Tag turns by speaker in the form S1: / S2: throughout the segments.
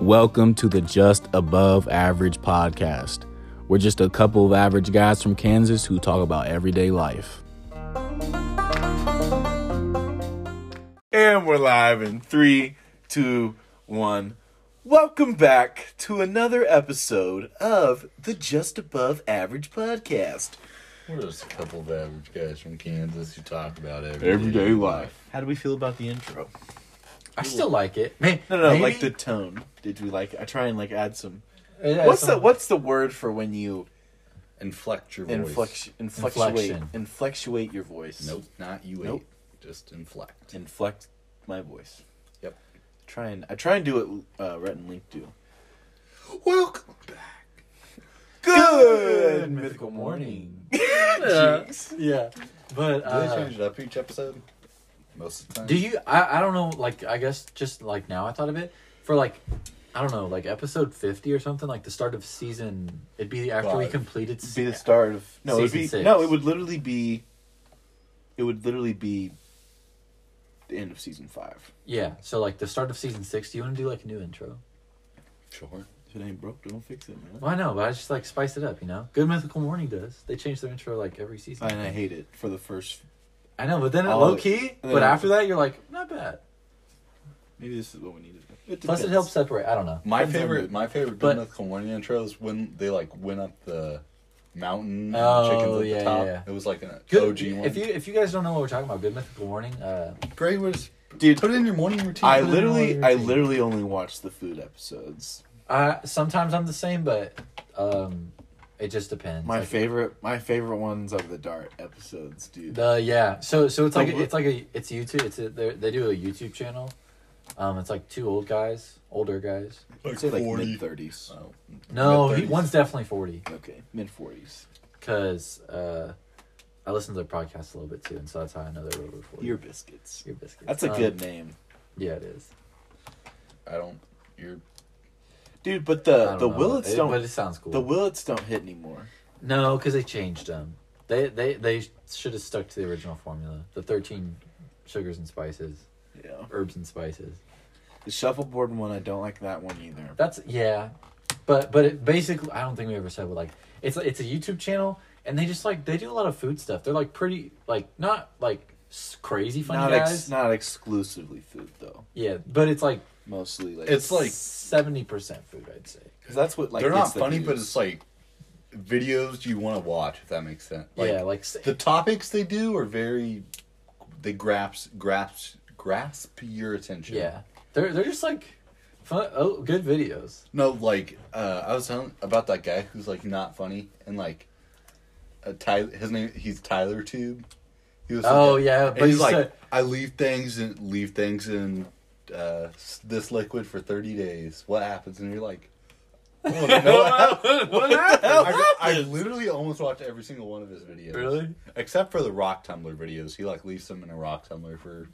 S1: Welcome to the Just Above Average podcast. We're just a couple of average guys from Kansas who talk about everyday life.
S2: And we're live in three, two, one. Welcome back to another episode of the Just Above Average podcast.
S3: We're just a couple of average guys from Kansas who talk about everything.
S2: Everyday life. How do we feel about the intro?
S3: I still like it. Man,
S2: No, no, no like the tone. Did we like? I try and like add some.
S3: Yeah,
S2: What's
S3: some
S2: the What's the word for when you
S3: inflect your voice?
S2: inflex, inflectuate
S3: Inflection.
S2: inflectuate your voice?
S3: Nope, not you.
S2: Nope.
S3: Eight. Just inflect.
S2: Inflect my voice.
S3: Yep.
S2: Try and I try and do what uh, Rhett and Link do.
S3: Welcome
S2: Good, mythical
S3: Yeah.
S2: Jeez.
S3: Yeah, but uh,
S4: Do they change it up each episode? Ah. Most of the time.
S3: do you? I I don't know. Like I guess just like now I thought of it for like. I don't know, like episode fifty or something, like the start of season. It'd be after we
S4: Five.
S3: completed.
S2: be
S3: Se-
S2: the start of no, it'd
S3: Season
S2: be
S3: six.
S2: no, it would literally be, it would literally be the end of season five.
S3: yeah, so like the start of season six. Do you want to do like a new intro?
S4: Sure.
S2: If it ain't broke, don't fix it, man.
S3: Well, I know, but I just like spice it up, you know. Good Mythical Morning does. They change their intro like every season.
S2: And I hate it for the first.
S3: I know, but then it
S2: All
S3: low
S2: of it.
S3: key.
S2: And
S3: But
S2: then-
S3: after that, you're like, not bad.
S2: Maybe this is what we needed. It
S3: Plus, it
S2: depends.
S3: helps separate. I don't know.
S4: My
S2: Depends on
S4: favorite,
S2: the-
S4: my favorite
S3: but-
S4: Good Mythical Morning intro is when they like went up the mountain. and
S3: Oh,
S4: chickens at
S3: yeah,
S4: the top.
S3: yeah.
S4: It was like an
S3: Good.
S4: OG one.
S3: If you if you guys don't know what we're talking about, Good Mythical Morning. Uh,
S4: Great was
S2: dude.
S4: put it in your morning routine.
S2: I
S4: put it in
S2: literally,
S4: your
S2: I
S4: morning routine.
S2: literally only watch the food episodes.
S3: I sometimes I'm the same, but um, it just depends.
S2: My
S3: Like,
S2: favorite, my favorite ones of the dart episodes, dude.
S3: The yeah. So so it's
S2: The
S3: like
S2: wh-
S3: a, it's like a it's YouTube. It's a, they're- they do a YouTube channel. Um, it's like two old guys, older guys.
S2: I'd say like
S4: 40.
S2: mid thirties.
S4: Oh.
S3: No, he,
S4: Mid-thirties.
S3: one's definitely forty.
S2: Okay, mid forties.
S3: Cause uh, I listen to their podcast a little bit too, and so that's how I know they're over forty.
S2: Ear biscuits.
S3: Your biscuits.
S2: That's a
S4: Uh,
S3: Um,
S2: good name.
S3: Yeah, it is.
S4: I don't. You're
S2: Dude, but
S3: I
S2: the
S3: don't
S2: the
S3: know.
S2: Willets
S3: It-
S2: don't
S3: But it sounds cool.
S2: the Willets don't hit anymore.
S3: no, because they changed them. They they they should have stuck to the original formula. The thirteen sugars and spices,
S2: Yeah.
S3: herbs and spices.
S2: The shuffleboard one, I don't like that one either.
S3: That's yeah, but but it basically I don't think we ever said what like it's it's a YouTube channel and they just like they do a lot of food stuff. They're like pretty like not like s- crazy funny
S2: not
S3: guys.
S2: ex- not exclusively food though.
S3: yeah, but it's like
S2: Mostly like
S4: It's like-
S3: seventy percent food. I'd say.
S2: 'cause that's what like
S4: they're
S2: gets
S4: not
S2: the
S4: funny, but
S2: views.
S4: it's like videos you want to watch. If that makes sense. Like,
S3: yeah, like s-
S4: the topics they do are very they grasp grasp grasp your attention
S3: yeah, they're they're just like fun. Oh, good videos.
S4: no like uh i was telling about that guy who's like not funny and like uh, tyler his name he's tyler tube he was
S3: Oh, yeah,
S4: and
S3: but
S4: he's
S3: he
S4: like
S3: said-
S4: i leave things and leave things in uh s- this liquid for 30 days what happens and you're like I don't know what happened. I, I literally almost watched every single one of his videos.
S3: Really?
S4: Except for the rock tumbler videos. He like leaves them in a rock tumbler for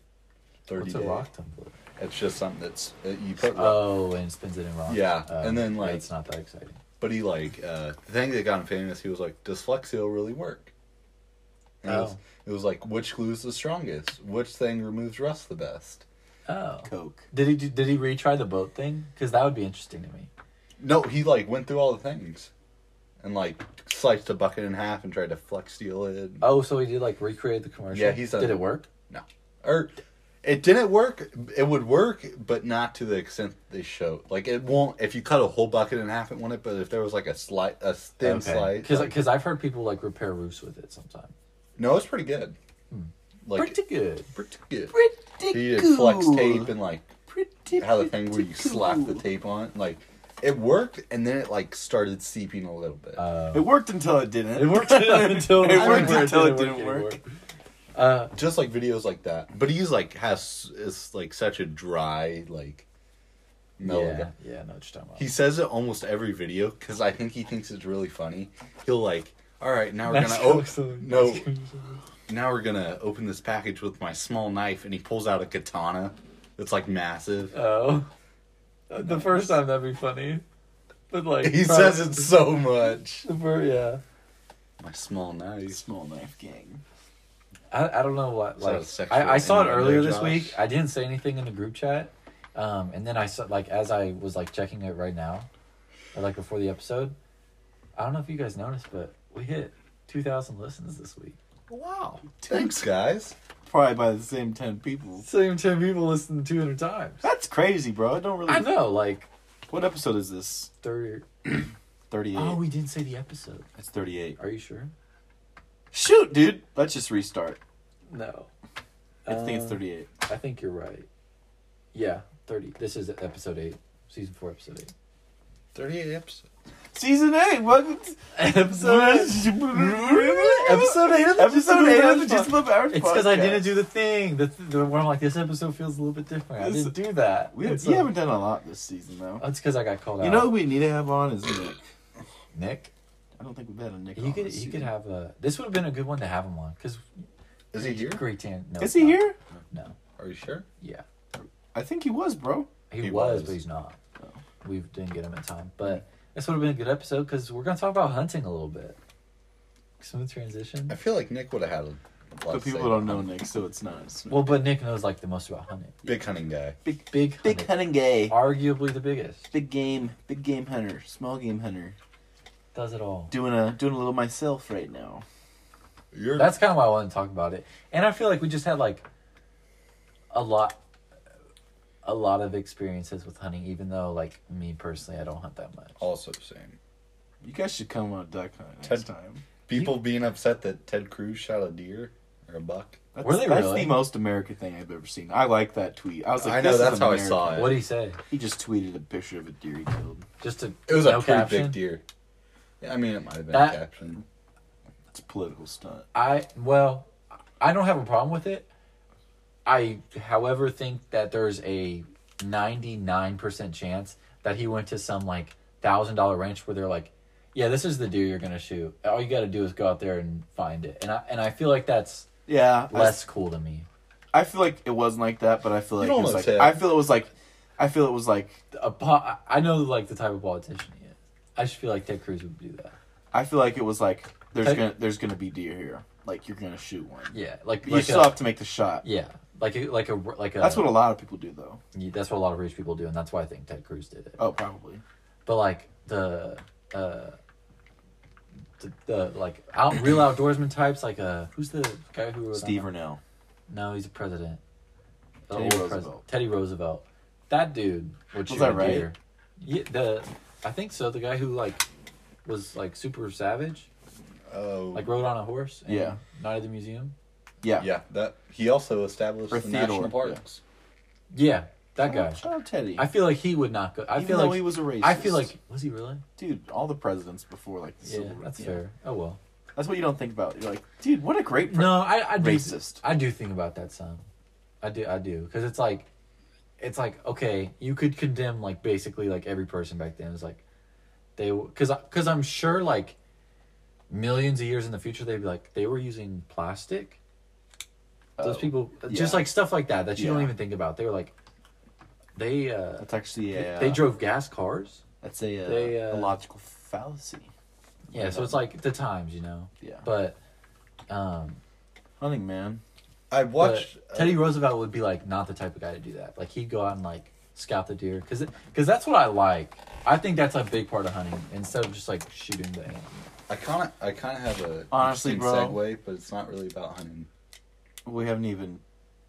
S4: 30
S3: What's a
S4: days.
S3: rock tumbler?
S4: It's just something that's uh, you put rock.
S3: Oh, and spins it in rock.
S4: Yeah,
S3: Oh,
S4: and then,
S3: yeah,
S4: like-
S3: it's not that exciting.
S4: but he like uh the thing that got him famous, he was like, Does Flex Seal really work? And it, was,
S3: Oh.
S4: it was like which glue is the strongest? Which thing removes rust the best?
S3: Oh,
S2: Coke.
S3: did he do- did he retry the boat thing? Because that would be interesting to me.
S4: No, he like went through all the things. And like sliced a bucket in half and tried to flex seal it.
S3: Oh, so he did like recreate the commercial.
S4: Yeah, he's done
S3: did
S4: it.
S3: it work?
S4: No. Or it didn't work. It would work, but not to the extent they show. Like it won't. If you cut a whole bucket in half, it won't. But if there was like a slight, a thin slice,
S3: Because
S4: like-
S3: I've heard people like repair roofs with it sometimes.
S4: no, it's pretty good. Like
S3: Pretty good.
S4: pretty good.
S2: Pretty
S4: He did flex
S2: cool.
S4: tape and like
S2: Pretty
S4: how the thing where
S2: pretty
S4: you slap the
S2: cool.
S4: tape on. Like it worked, and then it like started seeping a little bit.
S3: Uh,
S2: It worked until it didn't.
S3: it worked until
S2: It worked
S3: where
S2: until it didn't work.
S3: Uh,
S4: Just like videos like that. But he's like has is like such a dry like. Mellow guy.
S3: yeah, yeah, I know what you're talking about.
S4: He says it almost every video because I think he thinks it's really funny. He'll like, all right, now we're
S3: That's
S4: gonna o-
S3: awesome.
S4: no, now we're gonna open this package with my small knife, and he pulls out a katana that's like massive.
S3: Oh, the first time that'd be funny, but like
S4: He says it so much.
S3: The fir- yeah,
S4: My small knife.
S2: Small knife gang.
S3: I, I don't know what
S4: So
S3: like
S4: it's sexual
S3: I, I saw it
S4: innuendo,
S3: earlier this
S4: Josh.
S3: week. I didn't say anything in the group chat, Um, and then I saw like as I was like checking it right now, or like before the episode, I don't know if you guys noticed, but we hit two thousand listens this week.
S2: Wow.
S4: Thanks, guys.
S2: Probably by the same 10 people.
S3: Same ten people listened two hundred times.
S2: That's crazy, bro. I don't really.
S3: I know, like
S2: What episode is this?
S3: thirty.
S2: 38.
S3: Oh, we didn't say the episode.
S2: That's 38.
S3: Are you sure?
S2: Shoot, dude. Let's just restart.
S3: No,
S2: I think it's
S3: Uh,
S2: 38.
S3: I think you're right. Yeah, thirty. This is episode eight, season four, episode eight.
S4: 38 episodes.
S2: Season 8. Welcome to.
S3: episode episode eight of the
S2: Episode 8 of the Just Love Average
S3: It's because I didn't
S2: podcast.
S3: do the thing. The, th- the where I'm like, this episode feels a little bit different. I
S2: This-
S3: didn't do that.
S2: We,
S3: It's
S2: we
S3: like-
S2: haven't done a lot this season, though.
S3: Oh, it's because I got called
S2: You
S3: out.
S2: know who we need to have on is Nick.
S3: Nick.
S2: I don't think we've had a Nick
S3: You
S2: on
S3: could
S2: this
S3: you could
S2: season.
S3: have a. This would have been a good one to have him on because
S4: Is he here?
S3: great tan. No,
S2: Is
S3: it's
S2: he
S3: not.
S2: here?
S3: No.
S4: Are you sure?
S3: Yeah.
S2: I think he Oh. was, bro.
S3: He,
S4: He
S3: was,
S4: was.
S3: but he's not. We didn't get him in time. But this would have been a good episode because we're gonna talk about hunting a little bit. Smooth transition.
S4: I feel like Nick would have had a lot
S2: But
S4: to
S2: people
S4: say.
S2: don't know Nick, so it's not. It's
S3: Well, but Nick knows like the most about hunting.
S4: Big hunting guy.
S2: big,
S3: Big
S2: big
S3: hunting.
S2: hunting gay.
S3: arguably the biggest.
S2: Big game, big game hunter, small game hunter.
S3: Does it all.
S2: Doing a doing a little myself right now.
S4: You're
S3: That's kind of why I wanted to talk about it. And I feel like we just had like a lot a lot of experiences with hunting even though like me personally I don't hunt that much.
S4: also same.
S2: You guys should come on duck hunt next
S4: Ted-
S2: time.
S4: People being upset that Ted Cruz shot a deer or a buck.
S2: That's,
S3: Were they
S2: that's
S3: really?
S2: the most American thing I've ever seen. I like that tweet. I was like,
S4: I know,
S2: this is
S4: that's how I saw
S2: American.
S3: What do you say?
S2: He just tweeted a picture of a deer he killed.
S3: Just to
S4: It was
S3: no
S4: a pretty
S3: caption?
S4: big deer. Yeah, I mean, it might have been
S3: That-
S4: a caption.
S2: It's a political stunt.
S3: I well, I don't have a problem with it. I, however, think that there's a ninety nine percent chance that he went to some like thousand dollar ranch where they're like, "Yeah, this is the deer you're gonna shoot. All you got to do is go out there and find it." And I and I feel like that's
S2: Yeah, I-
S3: less cool to me.
S2: I, feel like it wasn't like that, but I feel like it
S4: don't
S2: was
S4: know,
S2: like
S4: Ted.
S2: I feel it was like I feel it was like
S3: A po- I know like the type of politician he is. I just feel like Ted Cruz would do that.
S2: I feel like it was like there's
S3: Ted-
S2: gonna there's gonna be deer here. Like you're gonna shoot one.
S3: Yeah, like,
S2: But you
S3: like
S2: still
S3: a,
S2: have to make the shot.
S3: yeah, like a, like a like a
S2: That's what a lot of people do, though.
S3: that's what a lot of rich people do, and that's why I think Ted Cruz did it.
S2: Oh, probably.
S3: but like the uh the, the like out real outdoorsman types like uh who's the guy who wrote
S2: Steve
S3: on
S2: Rennell.
S3: that? no he's a president The
S2: Teddy
S3: old
S2: Roosevelt.
S3: Teddy Roosevelt that dude would shoot
S2: that
S3: a
S2: right?
S3: deer. yeah the I think so the guy who like was like super savage
S4: Oh,
S3: like rode on a horse and
S2: Yeah.
S3: night at the museum
S2: Yeah.
S4: yeah. That he also established
S2: Or
S4: the national
S2: Theodore, yeah.
S4: parks.
S3: yeah
S2: Shout
S3: that
S2: out-
S3: guy
S2: Shout out Teddy.
S3: I feel like he would not go I
S2: Oh, Even
S3: feel
S2: though
S3: like
S2: he was a racist.
S3: I feel like was he really
S2: dude, all the presidents before like the
S3: yeah
S2: Civil War.
S3: that's fair oh well
S2: That's what you don't think about. You're like, dude, what a great. Pre-
S3: No, I, I do,
S2: Racist.
S3: I do think about that some. I do, I do, because it's like, it's like okay, you could condemn like basically like every person back then. It's like, they because because I'm sure like, millions of years in the future they'd be like they were using plastic. Those
S2: Oh,
S3: people
S2: yeah.
S3: just like stuff like that that you don't
S2: Yeah.
S3: even think about. They were like, they uh,
S2: That's actually a.
S3: they
S2: uh,
S3: drove gas cars.
S2: That's a, uh,
S3: they, uh,
S2: a logical fallacy.
S3: Yeah, so it's like the times, you know.
S2: Yeah.
S3: But, um,
S2: Hunting man.
S4: I
S3: But
S4: watched uh,
S3: Teddy Roosevelt would be like not the type of guy to do that. Like he'd go out and like scout the deer because because that's what I like. I think that's a big part of hunting instead of just like shooting the animal.
S4: I kind of, I kind of have a
S2: Honestly,
S4: interesting
S2: bro.
S4: segue, but it's not really about hunting.
S2: We haven't even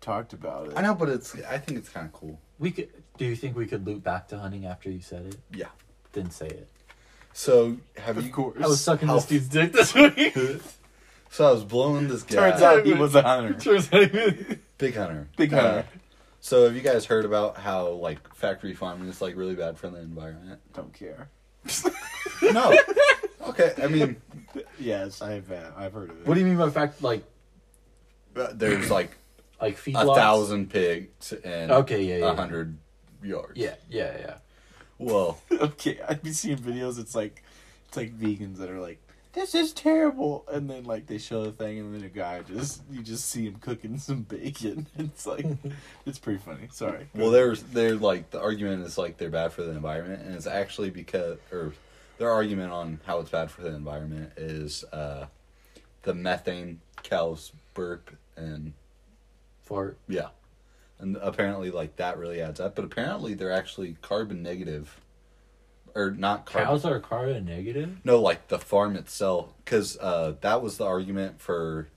S2: talked about it.
S4: I know, but it's, I think it's kind of cool.
S3: We could. Do you think we could loop back to hunting after you said it?
S4: Yeah.
S3: Then say it.
S4: So have
S2: Of
S4: you?
S2: course.
S3: I was sucking
S4: How
S3: this dude's dick this week.
S4: So I was blowing this guy.
S2: Turns out he was a hunter.
S3: Turns out he-
S4: big hunter.
S2: Big hunter.
S4: Uh, so have you guys heard about how like factory farming is like really bad for the environment?
S2: Don't care.
S4: No. okay. I mean,
S2: Yes, I've uh, I've heard of it.
S3: what do you mean by fact? Like
S4: uh, there's like
S3: like feedlots.
S4: a thousand pigs and
S3: Okay, yeah, yeah,
S4: a hundred yards.
S3: Yeah, yeah, yeah.
S4: Well,
S2: okay, I've been seeing videos. It's like, it's like vegans that are like, "This is terrible," and then like they show the thing, and then a guy just you just see him cooking some bacon. It's like, it's pretty funny. Sorry.
S4: well, there's they're like the argument is like they're bad for the environment, and it's actually because or their argument on how it's bad for the environment is uh, the methane cows burp and
S3: For
S4: yeah, and apparently like that really adds up. But apparently they're actually carbon negative, or not carbon.
S3: Cows are carbon negative.
S4: No, like the farm itself, because uh, that was the argument for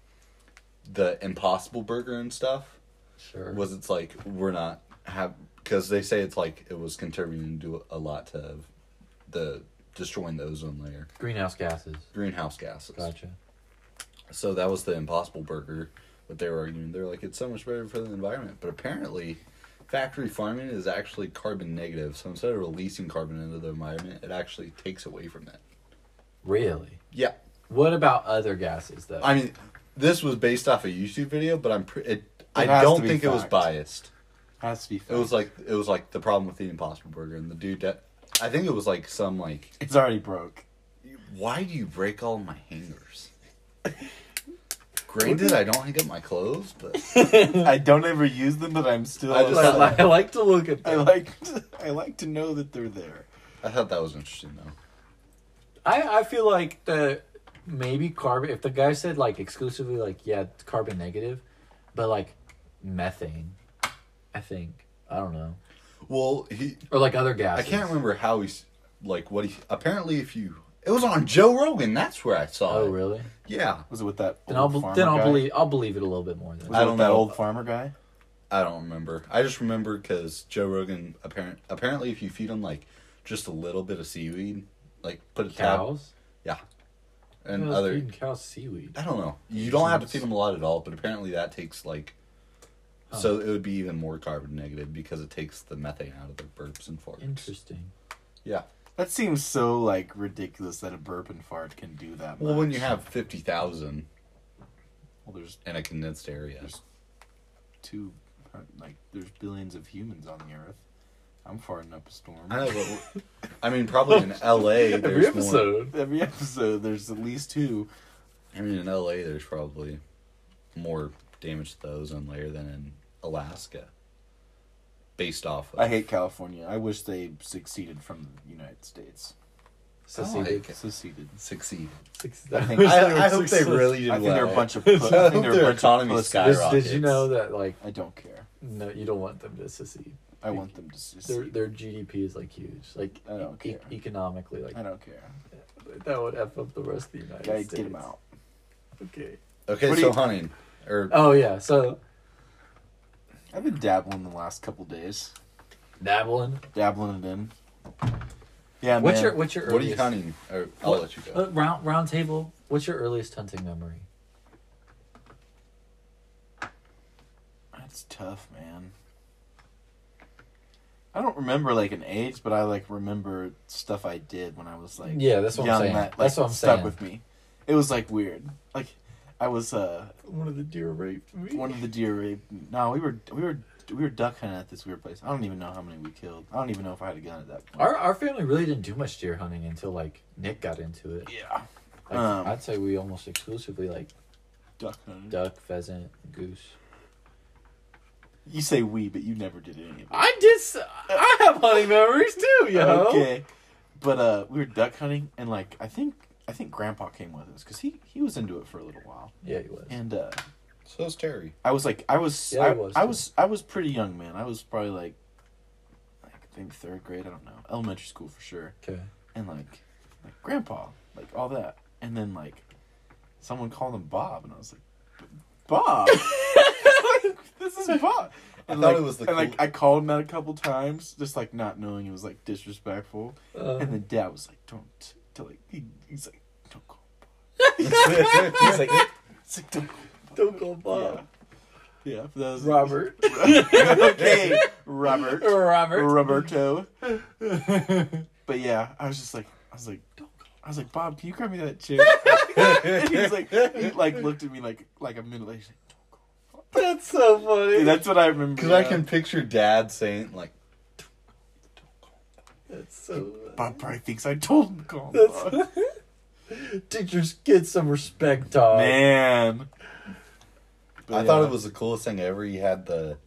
S4: the Impossible Burger and stuff.
S3: Sure.
S4: Was it's like we're not have because they say it's like it was contributing to a lot to the destroying the ozone layer,
S3: greenhouse gases.
S4: greenhouse gases.
S3: Gotcha.
S4: So that was the Impossible Burger. What they were arguing, they're like it's so much better for the environment, but apparently. Factory farming is actually carbon negative, so instead of releasing carbon into the environment, it actually takes away from that.
S3: Really?
S4: Yeah,
S3: What about other gases though?
S4: I mean, this was based off a YouTube video, but I'm pre- it, I
S2: has
S4: don't
S2: to be
S4: think it was
S2: fact.
S4: biased.
S2: Has to be.
S4: It was like it was like the problem with the Impossible Burger and the dude that I think it was like some like
S2: it's already broke.
S4: why do you break all my hangers? Granted, I don't hang up my clothes, but
S2: I don't ever use them, but I'm still.
S4: I
S2: I,
S4: just-
S3: I, li- I like to look at. Them.
S2: like. I like to know that they're there.
S4: I thought that was interesting though.
S3: I I feel like the maybe carbon. If the guy said like exclusively like yeah it's carbon negative, but like methane, I think I don't know
S4: Well, he
S3: or like other gases.
S4: I can't remember how he's like what he apparently if you it was on Joe Rogan. That's where I saw
S3: Oh
S4: it.
S3: really?
S4: Yeah,
S2: Was it with that?
S3: Then I'll
S2: old
S3: be-
S2: farmer
S3: then I'll
S2: guy?
S3: believe I'll believe it a little bit more then.
S2: Was it
S4: I
S2: with
S4: don't
S2: that
S4: know.
S2: old farmer guy.
S4: I don't remember. I just remember because Joe Rogan apparent apparently if you feed him like just a little bit of seaweed, like put a
S3: Cows
S4: tab and
S3: Cows
S4: other.
S3: feeding cows seaweed.
S4: I don't know. You don't have to feed him a lot at all, but apparently that takes like. So it would be even more carbon negative because it takes the methane out of their burps and farts.
S3: Interesting.
S4: Yeah.
S2: That seems so like ridiculous that a burp and fart can do that.
S4: Well, when
S2: much.
S4: you have fifty thousand
S2: well, there's
S4: in a condensed area,
S2: two, uh, like there's billions of humans on the earth. I'm farting up a storm.
S4: I know. But, I mean, probably in L.A. There's
S3: Every
S4: More,
S3: episode.
S2: Every episode, there's at least two.
S4: I mean, in L.A. there's probably more damage to the ozone layer than in Alaska. Based off. Of,
S2: I hate California. I wish they succeeded from the United States.
S3: Seceded.
S4: Okay.
S2: Seceded.
S4: succeed.
S2: I think,
S3: Wish
S4: I,
S2: I,
S3: they were
S4: I hope they
S3: successful.
S4: really did.
S2: think
S4: well.
S2: they're a bunch of.
S4: I
S2: I think
S4: hope
S2: they're a
S4: their
S2: bunch
S4: economy
S2: of pussies.
S4: skyrockets.
S3: Did, did you know that like
S2: I don't care.
S3: no, you don't want them to secede.
S2: I want them to
S3: Their
S2: succeed.
S3: their GDP is like huge, like
S2: I don't
S3: e-
S2: care.
S3: economically, like
S2: I don't care.
S3: that would f up the rest of the United
S2: Yeah,
S3: States.
S2: get them out.
S3: Okay.
S4: Okay,
S2: What do
S4: so
S2: you-
S4: hunting or
S3: Oh yeah, so
S2: I've been dabbling the last couple days.
S3: dabbling.
S2: Dabbling it in. Yeah,
S3: what's
S2: man.
S3: your what's your
S4: what are you
S3: earliest
S4: hunting? Or, I'll
S3: What-
S4: let you go.
S3: uh, round round table? What's your earliest hunting memory?
S2: That's tough, man. I don't remember like an age, but I like remember stuff I did when I was like
S3: Yeah, that's what I'm saying. That's what I'm
S2: stuck
S3: saying.
S2: with me. It was like weird. Like I was uh
S3: One of the deer raped me.
S2: one of the deer raped. me. No, we were we were we were duck hunting at this weird place. I don't even know how many we killed. I don't even know if I had a gun at that point.
S3: Our our family really didn't do much deer hunting until like Nick got into it.
S2: yeah,
S3: Like,
S2: Um,
S3: I'd say we almost exclusively like
S2: duck hunting.
S3: duck, pheasant, goose.
S2: You say we, but you never did any of it.
S3: I did. s- I have hunting memories too, yo.
S2: Okay. But uh, we were duck hunting, and like I think I think Grandpa came with us because he he was into it for a little while,
S3: Yeah, you was.
S2: and uh,
S4: So is Terry.
S2: I was like I was
S3: Yeah,
S2: I,
S3: he was,
S2: I
S3: too.
S2: was I was pretty young, man. I was probably like like I think third grade. I don't know, elementary school for sure.
S3: Okay.
S2: And like like Grandpa, like all that, and then like someone called him Bob, and I was like Bob. This is Bob. And,
S4: I thought
S2: like,
S4: it was the
S2: and like
S4: cool-
S2: I called him that a couple times, just like not knowing it was like disrespectful.
S3: Uh,
S2: And then dad was like, "Don't, don't like." He, he's like, "Don't call." He's like, he's like, "Don't." Call.
S3: don't go Bob.
S2: Bob. Yeah, but that was
S3: Robert.
S2: okay, Robert,
S3: Robert.
S2: Roberto. But yeah, I was just like, I was like, "Don't." Call. I was like, "Bob, can you grab me that chair?" and he's like, he like looked at me like like a middle aged.
S3: That's so funny.
S2: Dude, that's what I remember.
S4: Because I
S2: yeah.
S4: can picture Dad saying like,
S3: That's so.
S2: Bob probably thinks I told him to call. him Bob.
S3: That's. Teachers, get some respect, dog.
S2: Man.
S4: I thought it was the coolest thing ever. He had the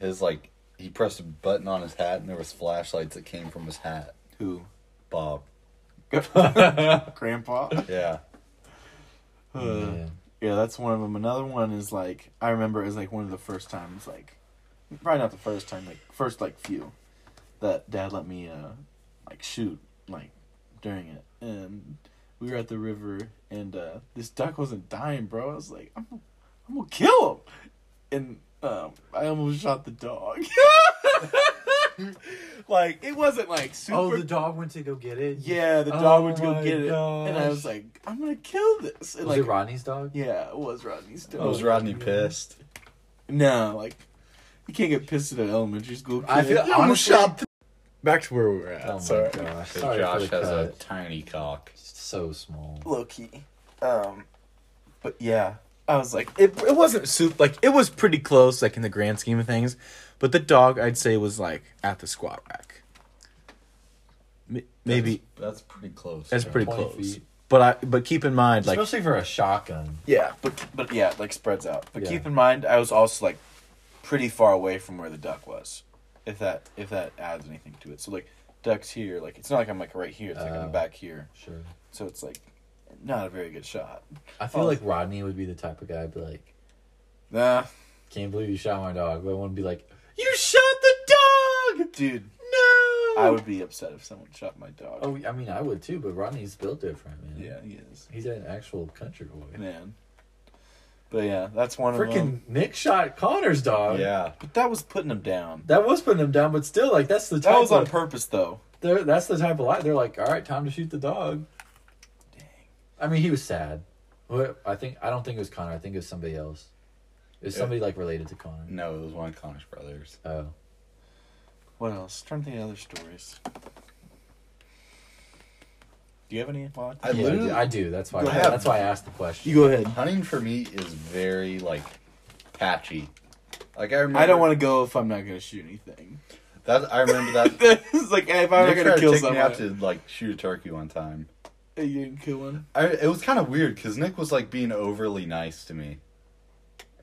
S4: his like he pressed a button on his hat and there was flashlights that came from his hat.
S2: who?
S4: Bob.
S2: Grandpa.
S4: Yeah.
S2: Uh, Yeah, that's one of them. Another one is like I remember it was like one of the first times like probably not the first time, like first like few that dad let me uh like shoot like during it. And we were at the river and uh this duck wasn't dying, bro. I was like, I'm I'm gonna kill him and um I almost shot the dog. like it wasn't like super
S3: Oh, the dog went to go get it.
S2: Yeah, the
S3: Oh
S2: dog would go
S3: my
S2: get it. And I
S3: gosh.
S2: was like, I'm gonna kill this. And
S3: Was
S2: like
S3: it Rodney's dog?
S2: Yeah, it was Rodney's dog.
S4: Oh, was Rodney pissed?
S2: No, like you can't get pissed at an elementary school kid.
S3: I feel-
S2: You
S3: honestly-
S2: shot the- Back to where we were at.
S3: Oh my
S2: sorry.
S3: gosh. Sorry for the cut.
S4: tiny cock.
S3: So small.
S2: Low key. Um, but yeah, I was like, it. It wasn't soup. Like it was pretty close, like in the grand scheme of things. But the dog, I'd say, was like at the squat rack. M- Maybe
S4: That's pretty close.
S2: that's,
S4: bro.
S2: pretty
S3: 20
S2: close.
S3: feet.
S2: But I. But keep in mind, like
S3: Especially for a shotgun.
S2: Yeah, but but yeah, it, like spreads out. But
S3: Yeah.
S2: keep in mind, I was also like pretty far away from where the duck was. If that if that adds anything to it, so like ducks here, like it's not like I'm like right here. It's like
S3: Oh.
S2: I'm back here,
S3: Sure.
S2: so it's like not a very good shot.
S3: I feel
S2: Oh.
S3: like Rodney would be the type of guy to be like,
S2: Nah,
S3: can't believe you shot my dog. But I want to be like, you shot the dog!
S2: dude,
S3: No!
S2: I would be upset if someone shot my dog.
S3: Oh, I mean, I would too, but Rodney's built different, man.
S2: yeah, he is
S3: He's an actual country boy.
S2: man. But yeah, that's one of them.
S3: Freaking Nick shot Connor's dog.
S4: Yeah.
S2: But that was putting him down.
S3: That was putting him down, but still, like, that's the type
S2: That was on
S3: of.
S2: purpose, though.
S3: they're, that's the type of lie. They're like, all right, time to shoot the dog.
S2: Dang.
S3: I mean, he was sad. What I think I don't think it was Connor. I think it was somebody else. It was
S4: Yeah.
S3: somebody like related to Connor.
S4: No, it was one of Connor's brothers.
S3: Oh,
S2: What else? Trying to think of other stories. Do you have any? Vaughn?
S4: I
S3: Yeah,
S4: literally,
S3: I do. That's why.
S4: Go ahead.
S3: that's why I asked the question.
S2: go ahead.
S4: hunting for me is very like patchy. Like I remember.
S2: I don't want to go if I'm not gonna shoot anything.
S4: That I remember that.
S2: it's like hey, if I'm
S4: Nick tried
S2: not gonna
S4: to
S2: kill
S4: take me
S2: someone,
S4: out to like shoot a turkey one time.
S2: Hey, you didn't kill one.
S4: I, it was kind of weird because Nick was like being overly nice to me.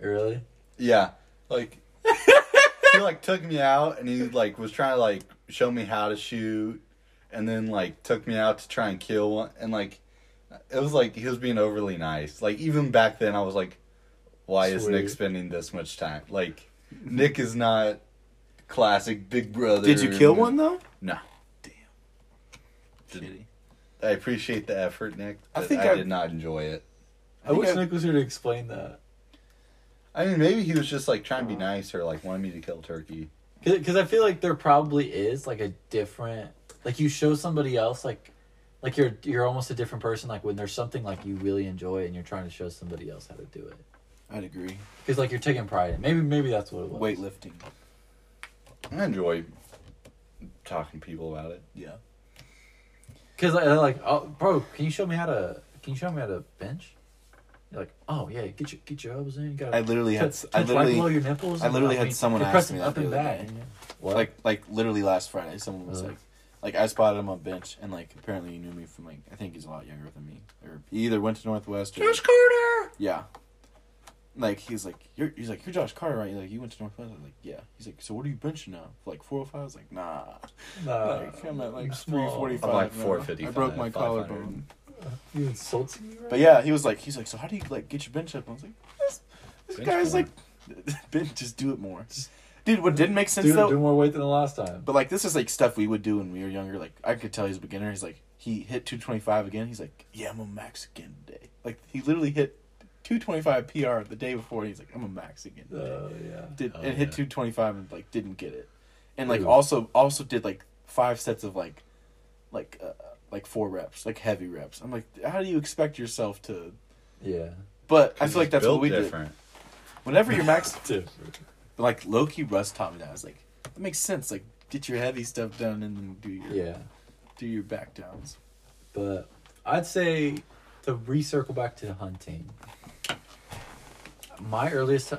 S3: Really?
S4: Yeah, like he like took me out and he like was trying to like show me how to shoot, and then like took me out to try and kill one. And like it was like he was being overly nice. Like even back then, I was like, why is Nick
S3: Sweet.
S4: spending this much time? Like Nick is not classic big brother.
S2: Did you kill one though?
S4: No. Did-
S2: Shitty.
S4: I appreciate the effort, Nick.
S2: I
S4: but
S2: think
S4: I,
S2: I-
S4: did not enjoy it.
S3: I, wish
S2: think I-
S3: Nick was here to explain that.
S4: I mean, maybe he was just like trying to be nice or like wanted me to kill turkey.
S3: Because I feel like there probably is like a different. Like you show somebody else like. Like you're you're almost a different person. Like when there's something like you really enjoy and you're trying to show somebody else how to do it,
S2: I'd agree.
S3: because like you're taking pride in. it. Maybe maybe that's what it was.
S2: Weightlifting.
S4: I enjoy talking to people about it.
S2: Yeah.
S3: Because like, they're like, oh, bro, can you show me how to? Can you show me how to bench? You're like, oh yeah, get your get your elbows in. You gotta
S2: I literally had
S3: touch-
S2: s- I
S3: touch
S2: literally-
S3: right below your nipples.
S2: I
S3: and,
S2: literally had
S3: mean,
S2: someone
S3: you're
S2: ask
S3: pressing
S2: me that
S3: up
S2: the
S3: and
S2: other
S3: back.
S2: day.
S3: What?
S2: Like like literally last Friday, someone was
S3: Really?
S2: like, like I spotted him on bench, and like apparently he knew me from like I think he's a lot younger than me, or he either went to Northwest or
S3: Carter.
S2: yeah. Like he's like you're he's like you're Josh Carter right? You're like you went to Northwest. I was like yeah. He's like so what are you benching now? Like four oh five. I was like nah. Like, I'm at like three
S3: Uh, small.
S2: forty
S4: I'm like
S2: five.
S4: 455,
S2: I broke my
S4: 500.
S2: collarbone.
S3: You insulting me? Right?
S2: But yeah, he was like, he's like, so how do you like get your bench up? And I was like, this, this
S4: Bench
S2: guy's
S4: more.
S2: like, bench, just do it more. Dude, what didn't make sense
S3: do,
S2: though,
S3: do more weight than the last time.
S2: but like this is like stuff we would do when we were younger. Like I could tell he's a beginner. He's like, he hit two twenty five again. He's like, yeah, I'm a max again today. Like he literally hit two twenty five PR the day before. And he's like, I'm a max again
S3: Oh
S2: today
S3: yeah.
S2: did
S4: Oh,
S2: and hit
S4: yeah.
S2: 225 and like didn't get it and like
S3: Ooh.
S2: also also did like five sets of like like uh, like four reps like heavy reps i'm like how do you expect yourself to
S3: Yeah.
S2: but i feel like that's
S4: Built
S2: what we
S4: different.
S2: did whenever you're max
S3: Different.
S2: like loki russ taught me that i was like that makes sense like get your heavy stuff done and then do your
S3: Yeah.
S2: do your back downs
S3: But I'd say to recircle back to hunting. My earliest,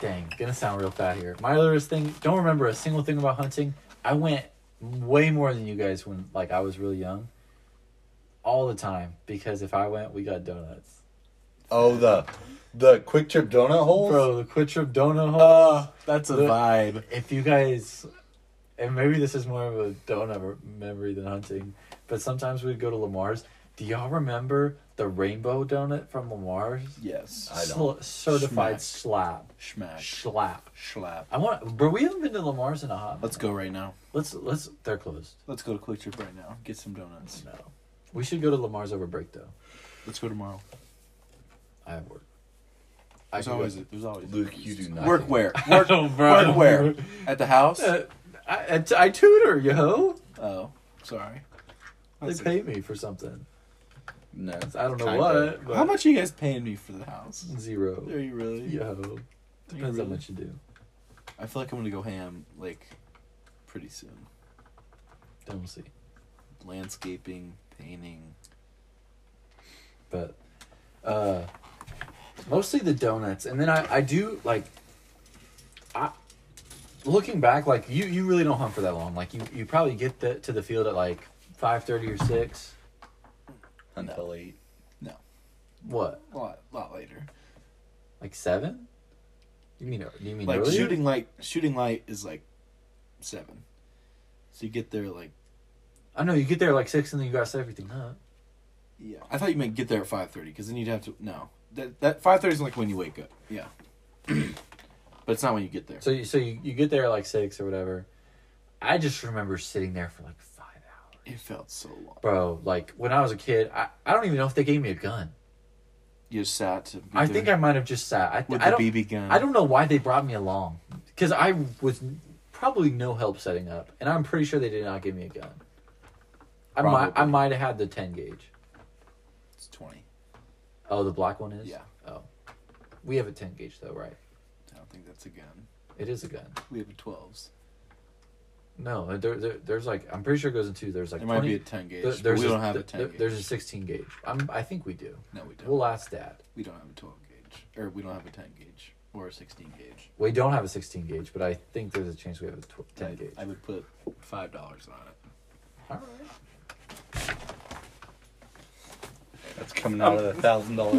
S3: dang, gonna sound real fat here. My earliest thing, don't remember a single thing about hunting. I went way more than you guys when like I was really young, all the time. Because if I went, we got donuts.
S4: Oh, the the quick trip donut holes.
S3: Bro, the Quick Trip donut hole.
S2: oh that's a
S3: The-
S2: vibe
S3: if you guys and maybe this is more of a donut memory than hunting but sometimes we'd go to lamar's Do y'all remember the rainbow donut from Lamar's?
S2: Yes.
S4: I don't.
S3: Sl- certified
S2: Schmack.
S3: slap.
S2: Schmack.
S3: Schlap.
S2: Schlap.
S3: I want, bro. We haven't been to Lamar's in a hot.
S2: Let's
S3: Let's
S2: go right now.
S3: let's let's. They're closed.
S2: Let's go to Quick Trip right now. Get some donuts.
S3: No, we should go to Lamar's over break though.
S2: Let's go tomorrow.
S3: I have work.
S2: There's
S3: could go-
S2: always it. There's always
S4: Luke, you do not.
S2: Work where? Work,
S3: know, bro.
S2: work where? At the house?
S3: Uh, I, I, I tutor, yo.
S2: Oh, sorry.
S3: They pay me for something.
S4: No.
S3: I don't know
S4: Kinda.
S3: what. But
S2: How much are you guys paying me for the house?
S3: Zero.
S2: Are you really?
S3: Yo.
S2: Are you
S3: Depends how
S2: really?
S3: much you do.
S2: I feel like I'm gonna go ham like pretty soon.
S3: Then we'll see.
S2: Landscaping, painting.
S3: But uh, mostly the donuts, and then I I do like. I looking back, like you you really don't hunt for that long. Like you you probably get the, to the field at like five thirty or six.
S4: Until eight.
S3: What
S2: A lot, lot later.
S3: like seven? You mean you mean
S2: Like
S3: earlier?
S2: shooting light. Shooting light is like seven. So you get there like
S3: I know you get there like six, and then you gotta set everything up.
S2: yeah. I thought you meant get there at five thirty because then you'd have to no. That that five thirty is like when you wake up. Yeah. but it's not when you get there.
S3: So you so you, you get there at like six or whatever. I just remember sitting there for like five hours.
S2: it felt so long.
S3: Bro, like when I was a kid, I, I don't even know if they gave me a gun.
S2: You just sat. To be
S3: I
S2: there
S3: think I might have just sat. I,
S2: with
S3: I
S2: the
S3: don't,
S2: BB gun.
S3: I don't know why they brought me along. Because I was probably no help setting up. And I'm pretty sure they did not give me a gun. I might, I
S2: Probably.
S3: might have had the 10 gauge.
S2: It's twenty.
S3: Oh, the black one is?
S2: Yeah.
S3: Oh. We have a 10 gauge though, right?
S2: I don't think that's a gun.
S3: It is a gun.
S2: We have a twelves.
S3: No, uh, there, there, there's like, I'm pretty sure it goes into, there's like
S2: There might
S3: 20
S2: be a ten gauge.
S3: there-
S2: but
S3: there's
S2: we don't have a
S3: th-
S2: ten
S3: there-
S2: gauge.
S3: There's a 16 gauge. I'm, I think we do.
S2: no, we don't.
S3: We'll ask that.
S2: We don't have a 12 gauge, or we don't have a 10 gauge, or a 16 gauge.
S3: We don't have a 16 gauge, but I think there's a chance we have a tw- 10
S2: I-
S3: gauge.
S2: I would put five dollars on it.
S3: All right.
S4: That's coming out of the thousand dollar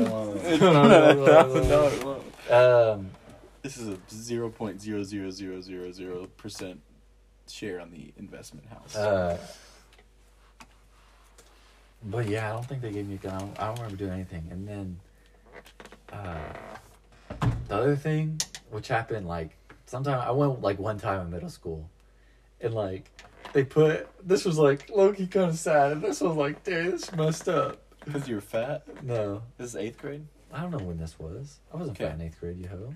S4: loan.
S3: Um,
S2: This is a 0.00000 percent share on the investment house.
S3: uh, but yeah, I don't think they gave me a gun. I don't, I don't remember doing anything. And then uh, the other thing, which happened like sometime, I went like one time in middle school, and like they put this was like Loki kind of sad, and this was like, dude, this is messed up.
S2: Because you're fat.
S3: No,
S2: This is eighth grade.
S3: I don't know when this was. I wasn't
S2: Okay.
S3: fat in eighth grade, you ho.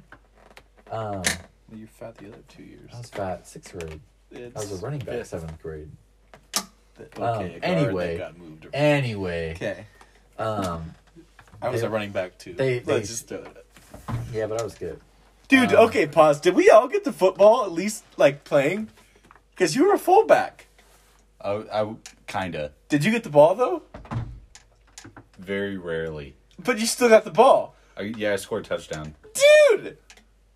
S3: Um,
S2: Well, you're fat the other two years.
S3: I was fat sixth grade.
S2: It's
S3: I was a running back
S2: fifth.
S3: seventh grade.
S2: Okay. a
S3: Um,
S2: guard that
S3: anyway.
S2: got moved. around.
S3: Anyway,
S2: Okay.
S3: um,
S2: I was
S3: They-
S2: a running back too.
S3: they-
S2: Let's
S3: they-
S2: just throw it. Up.
S3: yeah, but I was good.
S2: Dude,
S3: Um,
S2: okay, pause. Did we all get the football at least like playing? Because you were a fullback.
S4: I, I kinda
S2: Did you get the ball though?
S4: very rarely.
S2: But you still got the ball,
S4: I, yeah, I scored a touchdown.
S2: dude.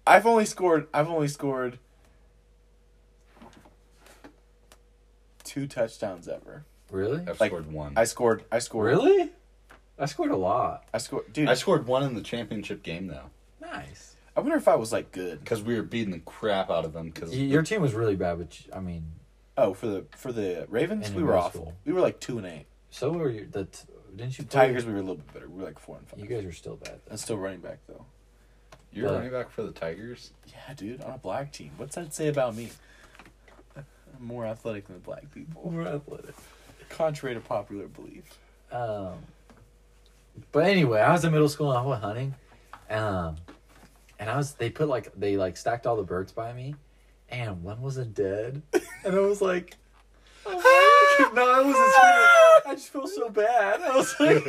S2: I've only scored. I've only scored two touchdowns ever.
S3: Really?
S4: I've
S2: Like,
S4: scored one.
S2: I scored. I scored.
S3: Really? I scored a lot.
S2: I scored, dude.
S4: I
S2: I,
S4: scored one in the championship game though,
S3: Nice.
S2: wonder if I was like good.
S4: because we were beating the crap out of them. Because
S3: Your team was really bad, but you- I mean,
S2: Oh, for the for the Ravens,
S3: And
S2: we
S3: in
S2: were
S3: middle
S2: awful.
S3: school.
S2: We were like two and eight.
S3: so were you. The t- didn't you?
S2: The
S3: play-
S2: Tigers, we were a little bit better. We were like four and five.
S3: You guys are still bad.
S2: That's still running back though.
S4: you're
S3: Yeah.
S4: running back for the Tigers.
S2: Yeah, dude, on a black team. What's that say about me? I'm more athletic than black people,
S3: We're athletic.
S2: contrary to popular belief.
S3: Um, but anyway, I was in middle school and I went hunting, um, and I was they put like they like stacked all the birds by me, and one wasn't dead, and I was like, oh, no, I wasn't. scared. I just feel so bad. I was like,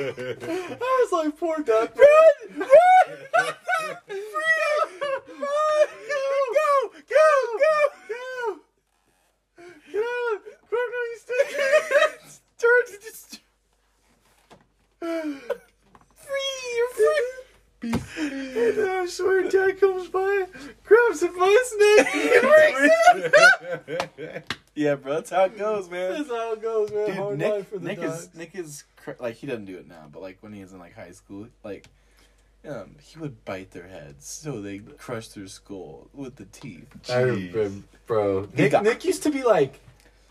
S3: I was like, poor duck. Run, run, run, go, go, go, go. Get out of Free, you're free. And then I swear, Dad comes by, grabs a bus neck, and breaks it.
S2: Yeah, bro, that's how it goes, man.
S3: That's how it goes, man.
S2: Dude,
S3: Hard
S2: Nick,
S3: life for the
S2: Nick
S3: dogs.
S2: is Nick is cr- like he doesn't do it now, but like when he was in like high school, like um, he would bite their heads so they crush their skull with the teeth.
S3: I remember, bro.
S2: He
S3: Nick,
S2: got-
S3: Nick used to be like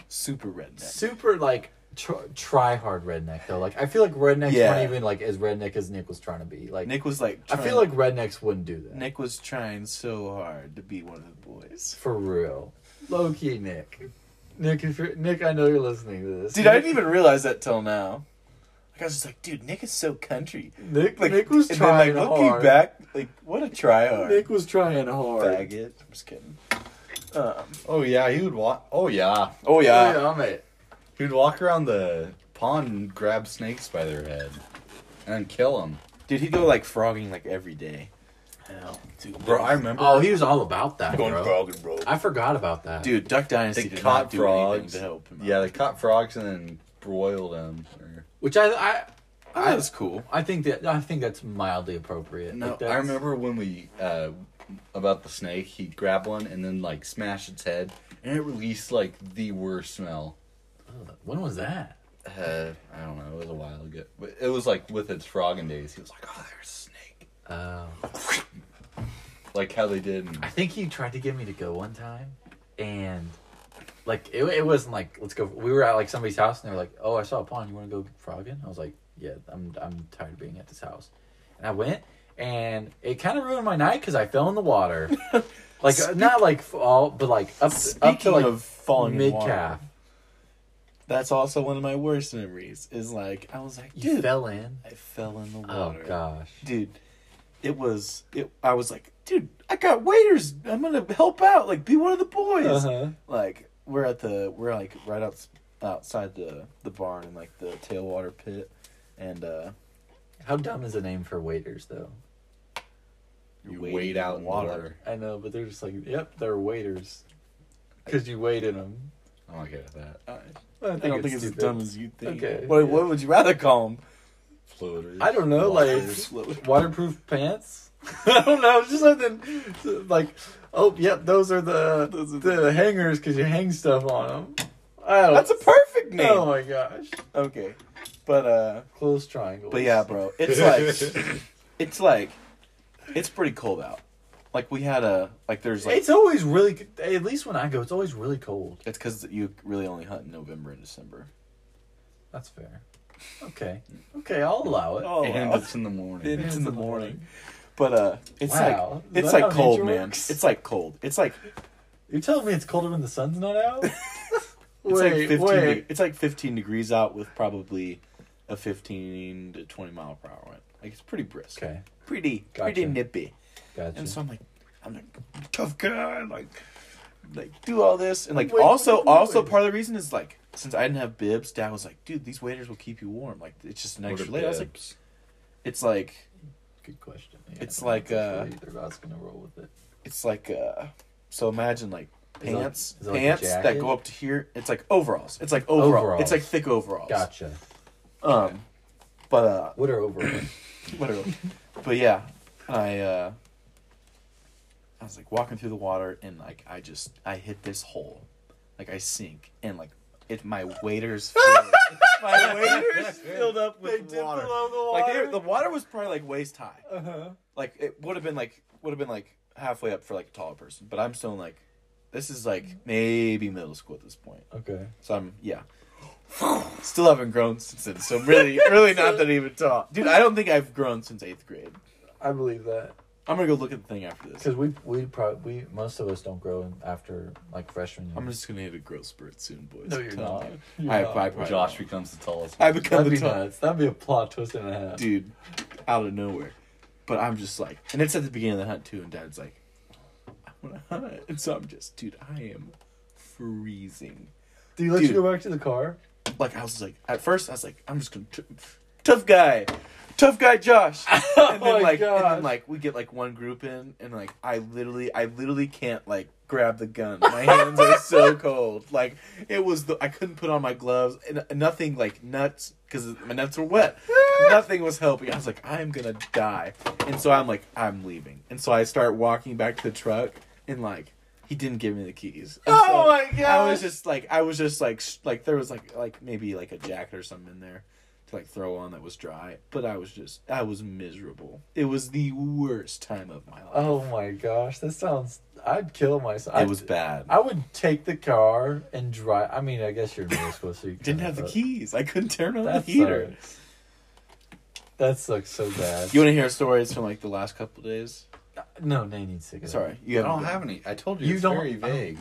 S2: Super redneck.
S3: super like tr- try hard redneck though. Like I feel like rednecks
S2: Yeah.
S3: weren't even like as redneck as Nick was trying to be. Like
S2: Nick was like,
S3: I
S2: trying-
S3: feel like rednecks wouldn't do that
S2: Nick was trying so hard to be one of the boys.
S3: for real. Low key, Nick. Nick, if you're Nick, I know you're listening to this.
S2: Dude, I didn't even realize that till now. Like I was just like, dude, Nick is so country.
S3: Nick,
S2: Like
S3: Nick was
S2: and
S3: trying
S2: then, like,
S3: hard.
S2: looking back, like what a try hard.
S3: Nick was trying hard.
S2: faggot. I'm just kidding. Um,
S4: Oh yeah, he would walk. Oh yeah,
S2: oh
S3: Yeah,
S2: yeah.
S3: I'm it.
S4: he would walk around the pond and grab snakes by their head, and kill them.
S2: dude, he go like frogging like every day. Dude,
S4: Bro, I remember.
S3: Oh, he was all about that,
S2: going
S3: bro.
S2: frogging, bro.
S3: I forgot about that.
S2: Dude, Duck Dynasty
S4: They
S2: did not
S4: caught
S2: do anything
S4: frogs.
S2: to help him.
S4: Yeah,
S2: out.
S4: they caught frogs and then broiled them. Or,
S3: which I I
S2: I thought it was Ah, cool.
S3: I think that I think that's mildly appropriate.
S4: no,
S3: Like,
S4: I
S3: that's-
S4: remember when we uh, about the snake. He'd grab one and then like smash its head, and it released like the worst smell.
S3: When was that?
S4: Uh, I don't know. It was a while ago, but it was like with its frogging days. He was like, "Oh, there's a snake,"
S3: Oh.
S4: like how they did. in-
S3: I think he tried to get me to go one time, and like it, it wasn't like let's go. We were at like somebody's house, and they were like, "Oh, I saw a pond. You want to go frogging?" I was like, "Yeah, I'm I'm tired of being at this house," and I went, and it kind of ruined my night because I fell in the water, like uh, not like f- all, but like up up to
S2: Speaking
S3: like
S2: of falling in
S3: mid
S2: water,
S3: calf.
S2: That's also one of my worst memories. Is like I was like,
S3: You
S2: dude,
S3: fell in.
S2: I fell in the
S3: Oh
S2: water.
S3: gosh.
S2: dude, it was. It, I was like, dude, I got waiters. I'm gonna help out. Like, be one of the boys.
S3: Uh-huh.
S2: Like, we're at the. We're like right out, outside the the barn in like the tailwater pit, and uh
S3: How dumb is the name for waiters though?
S4: You
S2: wade
S4: wade
S2: in
S4: out in the
S2: water.
S4: water.
S3: I know, but they're just like, "Yep, they're waiters," because you wait in them.
S4: I'm not good at that.
S2: I, I don't think it's as
S3: stupid.
S2: dumb as you think.
S3: Okay,
S2: What,
S3: yeah.
S2: what would you rather call them?
S4: Floaters.
S3: I don't know,
S4: walkers.
S2: Float.
S3: like waterproof pants. I don't know, it's just something like, oh, yep, those are the
S2: Those are
S3: the hangers because you hang stuff on them. Oh,
S2: That's a perfect name.
S3: Oh my gosh,
S2: Okay, but uh,
S3: close triangles.
S2: but yeah, bro, it's like. it's like it's pretty cold out. Like we had a like there's like
S3: it's always really at least when I go, it's always really cold.
S2: it's because you really only hunt in November and December.
S3: That's fair. Okay, okay, I'll allow it.
S2: Oh,
S4: and
S2: wow.
S4: it's in the morning.
S2: It is in
S3: in
S2: the
S3: the
S2: morning. But uh, it's
S3: Wow.
S2: like
S3: Is
S2: it's
S3: that
S2: like
S3: how
S2: cold,
S3: nature
S2: man.
S3: works?
S2: It's like cold. It's like it's
S3: You're telling me it's colder when the sun's not out?
S2: like
S3: wait,
S2: fifteen.
S3: wait.
S2: de- it's like fifteen degrees out with probably a fifteen to twenty mile per hour wind. Like it's pretty brisk.
S3: Okay,
S2: Pretty
S3: Gotcha.
S2: pretty nippy.
S3: gotcha.
S2: And so I'm like, I'm like tough guy, like, like do all this, and like
S3: Wait,
S2: also
S3: wait, wait.
S2: also part of the reason is like since I didn't have bibs, Dad was like, dude, these waiters will keep you warm. Like it's just an
S4: What
S2: extra
S4: are
S2: layer. I was like,
S4: bibs?
S2: it's like
S3: Good question. Yeah,
S2: It's
S3: I don't
S2: like,
S3: think
S2: uh,
S3: really either of us gonna roll with it.
S2: it's like uh, so imagine like
S3: Is it like-
S2: pants
S3: is it like a
S2: pants that
S3: jacket?
S2: go up to here. It's like overalls. It's like overall.
S3: Overalls.
S2: It's like thick overalls.
S3: Gotcha.
S2: Um, but uh,
S3: What are over?
S2: whatever. but yeah, I uh, I was like walking through the water and like I just I hit this hole, like I sink and like it my waders filled, my waders filled up with water.
S3: the
S2: Like they, the water was probably like waist high.
S3: uh-huh.
S2: Like it would have been like would have been like halfway up for like a taller person, but I'm still in, like this is like maybe middle school at this point.
S3: Okay.
S2: So I'm yeah. Still haven't grown since then, so really, really not that even tall, dude. I don't think I've grown since eighth grade.
S3: I believe that
S2: I'm gonna go look at the thing after this.
S3: because we we probably we most of us don't grow in after like freshman year.
S2: I'm just gonna hit a growth spurt soon, boys.
S3: no, you're
S2: Tell
S3: not.
S2: me.
S3: You're
S2: I,
S3: not.
S2: I, probably
S4: Josh
S2: won't.
S4: becomes the tallest.
S2: I
S4: one.
S2: become
S3: That'd
S2: the
S3: be
S2: top
S3: nuts. That'd be a plot twist and a half.
S2: dude out of nowhere. But I'm just like, and it's at the beginning of the hunt too. And Dad's like, I want to hunt, and so I'm just, dude, I am freezing.
S3: Do you let
S2: dude.
S3: you go back to the car?
S2: Like I was like, at first I was like, I'm just gonna t- tough guy, tough guy Josh. and
S3: Oh
S2: then
S3: my
S2: like and
S3: gosh.
S2: then like we get like one group in and like I literally I literally can't like grab the gun. My hands are so cold. Like it was the I couldn't put on my gloves and nothing like nuts cuz my nuts were wet. nothing was helping. I was like I'm going to die. And so I'm like I'm leaving. And so I start walking back to the truck and like he didn't give me the keys. And so
S3: Oh my
S2: I was
S3: gosh.
S2: just like I was just like sh- like there was like like maybe like a jacket or something in there. to like throw on that was dry, but I was just I was miserable. It was the worst time of my life.
S3: Oh my gosh, that sounds. I'd kill myself.
S2: it was bad. I
S3: I would take the car and drive. I mean, I guess you're in middle school, so you
S2: didn't
S3: kinda-
S2: have the
S3: but
S2: keys. I couldn't turn on the
S3: That
S2: heater.
S3: sucks. That sucks so bad.
S2: You want to hear stories from like the last couple days?
S3: no, no, you need cigarettes.
S2: Sorry, you
S4: I
S2: haven't
S4: don't
S2: been-
S4: have any. I told you,
S3: You
S4: it's
S3: don't-
S4: very
S3: I don't-
S4: vague.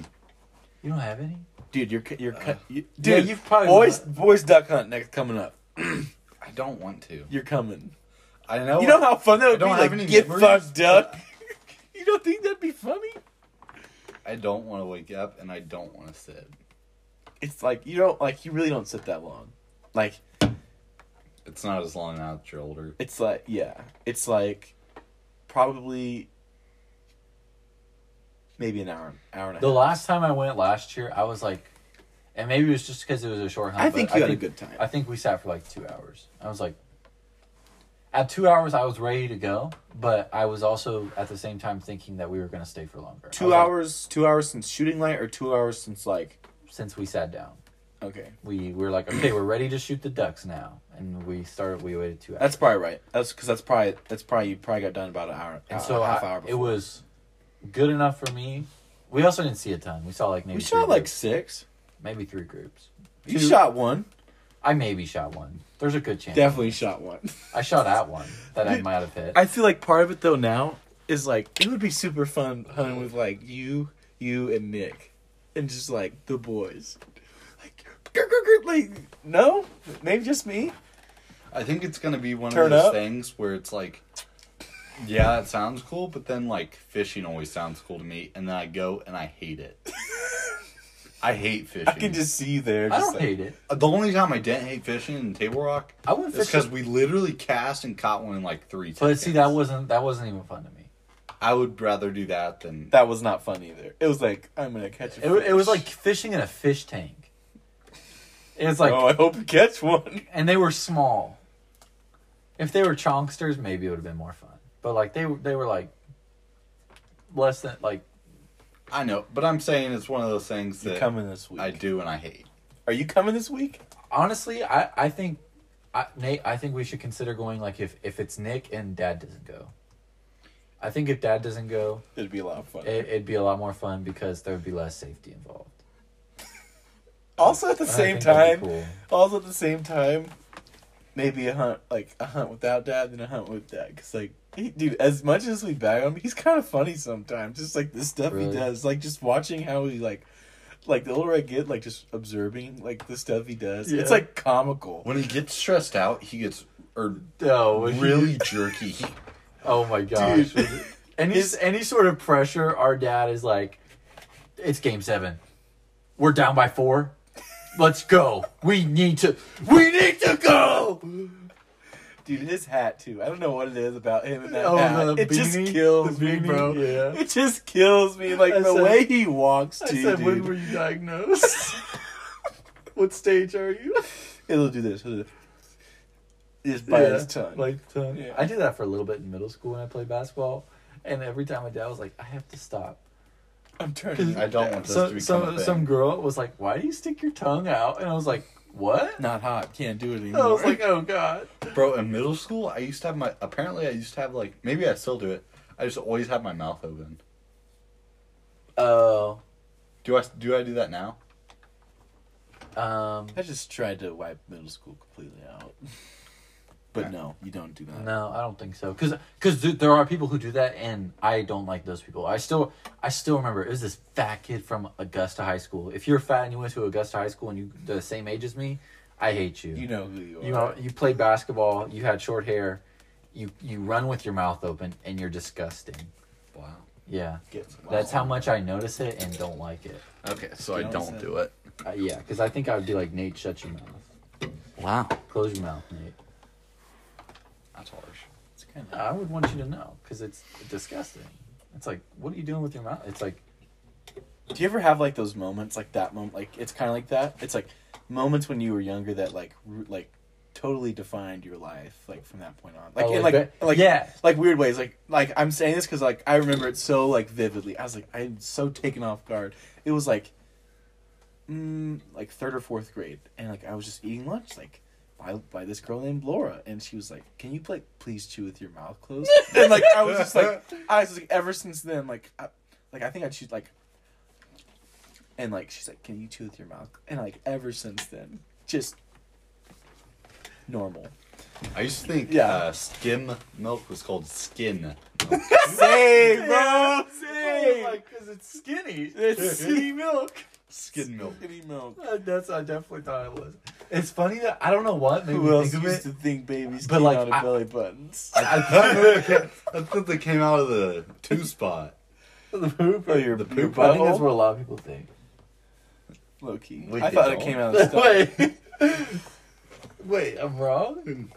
S3: You don't have any?
S2: dude. You're cu- you're
S4: Uh,
S2: cut. you, dude,
S3: yeah, you've probably-
S2: boys boys duck hunt next coming up.
S4: I don't want to.
S2: You're coming.
S4: I know.
S2: You know how fun that would
S4: don't
S2: be?
S4: have
S2: Like,
S4: any
S2: get
S4: memories.
S2: fucked up. you don't think that'd be funny?
S4: I don't want to wake up and I don't want to sit.
S2: It's like you don't like you really don't sit that long. Like
S4: It's not as long now that you're older.
S2: it's like yeah, it's like probably maybe an hour, hour and a
S3: The
S2: half.
S3: last time I went last year, I was like, and maybe it was just because it was a short hunt.
S2: I
S3: but
S2: think you had a good time.
S3: I think we sat for like two hours. I was like, at two hours, I was ready to go, but I was also at the same time thinking that we were going to stay for longer. I
S2: two
S3: was like,
S2: hours, two hours since shooting light, or two hours since like
S3: since we sat down.
S2: okay.
S3: We were like, okay, we're ready to shoot the ducks now, and we started. We waited two hours.
S2: That's probably right. That's because that's probably that's probably you probably got done about an hour uh,
S3: and
S2: a-
S3: so
S2: a half
S3: I-
S2: hour.
S3: it
S2: Before.
S3: was good enough for me. We also didn't see a ton. We saw like maybe
S2: we
S3: three
S2: shot like
S3: groups.
S2: six.
S3: maybe three groups.
S2: You
S3: Two.
S2: shot one.
S3: I maybe shot one. There's a good chance.
S2: Definitely shot one.
S3: I shot at one that I might have hit.
S2: I feel like part of it though now is like it would be super fun hunting with like you, you and Nick, and just like the boys. Like, grr, grr, grr, like no, maybe just me.
S4: I think it's gonna be one
S2: Turn
S4: of those
S2: up.
S4: things where it's like, yeah, it sounds cool, but then like fishing always sounds cool to me, and then I go and I hate it. I hate fishing.
S2: I can just see you there.
S3: I
S2: Just
S3: don't
S2: like,
S3: hate it.
S4: The only time I didn't hate fishing in Table Rock
S3: I went
S4: is because
S3: fishing,
S4: we literally cast and caught one in like three.
S3: but
S4: seconds.
S3: see, that wasn't that wasn't even fun to me.
S4: I would rather do that than
S2: That was not fun either. It was like I'm gonna catch a
S3: It, it was
S2: fish.
S3: like fishing in a fish tank. It was like,
S2: oh, I hope you catch one.
S3: and they were small. If they were chonksters, maybe it would have been more fun. But like they were- they were like less than like
S4: I know, but I'm saying it's one of those things
S2: You
S4: that
S2: coming this week?
S4: I do and I hate.
S2: Are you coming this week?
S3: honestly. I I think. I, Nate, I think we should consider going. Like, if, if it's Nick and Dad doesn't go, I think if Dad doesn't go,
S2: It'd be a lot of fun.
S3: it, it'd be a lot more fun because there would be less safety involved.
S2: also at the
S3: I
S2: same
S3: think that'd
S2: time,
S3: be cool.
S2: also at the same time, maybe a hunt like a hunt without dad than a hunt with dad. Cause like, he, dude, as much as we bag him, he's kind of funny sometimes. Just like the stuff
S3: Really?
S2: he does, like just watching how he like, like the older I get, like just observing like the stuff he does. It's
S3: Yeah.
S2: like comical.
S4: When he gets stressed out, he gets or
S3: Oh,
S4: really jerky. He,
S3: Oh my gosh!
S2: Dude.
S3: any any sort of pressure, our dad is like, "It's game seven. We're down by four. Let's go. We need to. We need to go."
S2: Dude, his hat too. I don't know what it is about him and that
S3: Oh,
S2: hat.
S3: the
S2: It just
S3: beanie?
S2: kills
S3: The
S2: me,
S3: beanie?
S2: bro.
S3: Yeah.
S2: It just kills me. Like
S3: I
S2: the
S3: said-
S2: way he walks too. dude.
S3: you diagnosed? what stage are you?"
S2: It'll do this. It'll do this. Just by his tongue.
S3: Like tongue.
S2: Yeah.
S3: I did that for a little bit in middle school when I played basketball, and every time my dad was like, "I have to stop."
S2: I'm turning.
S4: I don't want this to
S3: So,
S4: become a
S3: some
S4: thing.
S3: some girl was like, "Why do you stick your tongue out?" And I was like, "What?"
S2: Not hot. Can't do it anymore.
S3: I was like, "Oh god."
S4: Bro, in middle school, I used to have my. Apparently, I used to have like. Maybe I still do it. I just always have my mouth open.
S3: Oh.
S4: Do I do I do that now?
S3: Um,
S2: I just tried to wipe middle school completely out. But no, you don't do that.
S3: no, I don't think so. Cause, cause th- there are people who do that, and I don't like those people. I still, I still remember it was this fat kid from Augusta High School. If you're fat and you went to Augusta High School and you the same age as me, I hate you.
S2: You know who you are.
S3: you know, you played basketball. You had short hair. You you run with your mouth open, and you're disgusting.
S4: Wow.
S3: Yeah,
S2: Gets
S3: that's
S2: lost.
S3: how much I notice it and don't like it.
S4: Okay, so
S2: I don't do
S4: it.
S3: Uh, yeah, because I think I would be like Nate, shut your mouth,
S4: Wow.
S3: close your mouth, Nate.
S4: That's harsh.
S2: It's kind of.
S3: I would want you to know because it's disgusting. It's like, what are you doing with your mouth? It's like,
S2: Do you ever have like those moments, like that moment, like it's kind of like that? It's like moments when you were younger that like, ru- like, totally defined your life, like from that point on, like
S3: Oh,
S2: in
S3: like
S2: like,
S3: that-
S2: like
S3: yeah.
S2: like weird ways, like like I'm saying this because like I remember it so like vividly. I was like I'm so taken off guard. It was like, mm, like third or fourth grade, and like I was just eating lunch, like. Why by by this girl named Laura, and she was like, "Can you like please chew with your mouth closed?" and like I was just like, I was like, ever since then, like, I, like I think I chewed like, and like she's like, "Can you chew with your mouth?" cl-" And like ever since then, just normal.
S4: I used to think
S2: Yeah.
S4: uh, skim milk was called skin. milk.
S2: Same, bro. Same.
S3: because it's skinny.
S2: it's skinny milk.
S4: skin milk.
S2: Skinny milk.
S3: Uh, That's I definitely thought it was. It's funny that I don't know what made
S2: Who
S3: me
S2: else
S3: think of
S2: used
S3: it.
S2: to think babies
S3: But,
S2: came
S3: like,
S2: out of
S3: I-
S2: belly buttons?
S4: That's what they came out of the two spot.
S3: the poop
S2: or your-
S4: The
S2: your
S4: poop
S3: I think that's
S2: butthole?
S3: what a lot of people think.
S2: Low key.
S4: We
S2: I thought
S4: did
S2: it
S4: all.
S2: came out of the stomach.
S3: Wait, wait, I'm wrong.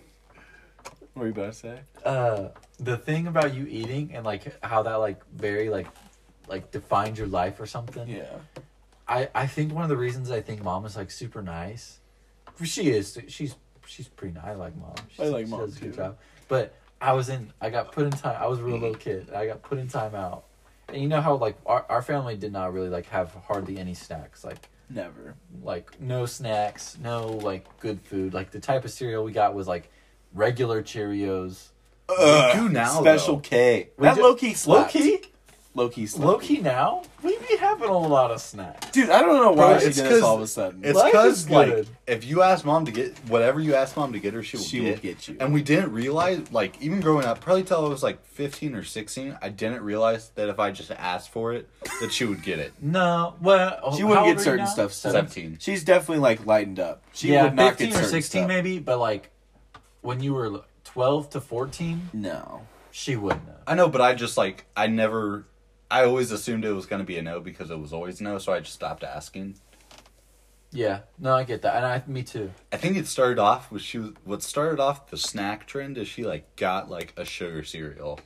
S2: What were you about to say?
S3: Uh, the thing about you eating and like how that like very like like defined your life or something.
S2: Yeah.
S3: I I think one of the reasons I think mom is like super nice. She is. She's she's pretty nice. I like mom. She,
S2: I like
S3: she
S2: Mom,
S3: Does a good
S2: too.
S3: job. But I was in. I got put in time. I was a real little kid. and I got put in timeout. And you know how like our our family did not really like have hardly any snacks. Like
S2: Never.
S3: like no snacks, no like good food. Like the type of cereal we got was like regular Cheerios.
S4: do now,
S2: Uh, Special
S4: though.
S2: K.
S3: We
S2: That
S3: ju-
S2: low key
S3: Low
S2: slapped.
S3: key,
S2: Low key slapped.
S3: low key. Now we be having a lot of snacks.
S2: Dude, I don't know why
S4: Bro,
S2: she
S4: it's
S2: did this
S4: 'cause
S2: all of a sudden.
S4: It's
S3: Life
S4: because
S3: is
S4: like
S3: good.
S4: if you ask mom to get whatever you ask mom to get her, she will,
S2: She will
S4: get.
S2: get you.
S4: And we didn't realize, like even growing up, probably till I was like fifteen or sixteen, I didn't realize that if I just asked for it, that she would get it.
S3: No, well,
S2: she
S3: how
S2: wouldn't
S3: old
S2: get
S3: are you
S2: certain
S3: now?
S2: stuff. so-
S4: 17.
S2: She's definitely like lightened up. She
S3: yeah,
S2: would not
S3: fifteen
S2: get
S3: or
S2: certain
S3: sixteen
S2: stuff.
S3: maybe, but like when you were twelve to fourteen,
S2: No.
S3: she wouldn't have.
S4: I know, but I just like I never. I always assumed it was going to be a no because it was always no, so I just stopped asking.
S3: Yeah, no, I get that, and I, me too.
S4: I think it started off with she was what started off the snack trend is she like got like a sugar cereal.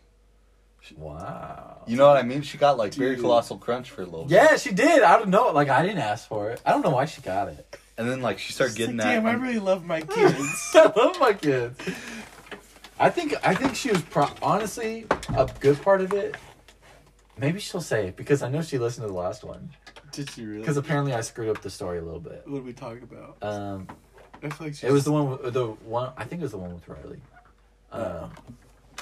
S3: Wow.
S4: You know what I mean? She got like very
S2: Dude.
S4: colossal crunch for a little bit.
S3: Yeah, she did. I don't know. Like I didn't ask for it. I don't know why she got it.
S4: And then like she started getting that. um,
S2: Damn, I really love my kids.
S3: I love oh my kids. I think I think she was pro- honestly a good part of it. Maybe she'll say it because I know she listened to the last one.
S2: did she really?
S3: Because apparently I screwed up the story a little bit.
S2: what did we talk about?
S3: Um,
S2: I feel like she's,
S3: It was the one, with- the one. I think it was the one with Riley. Um,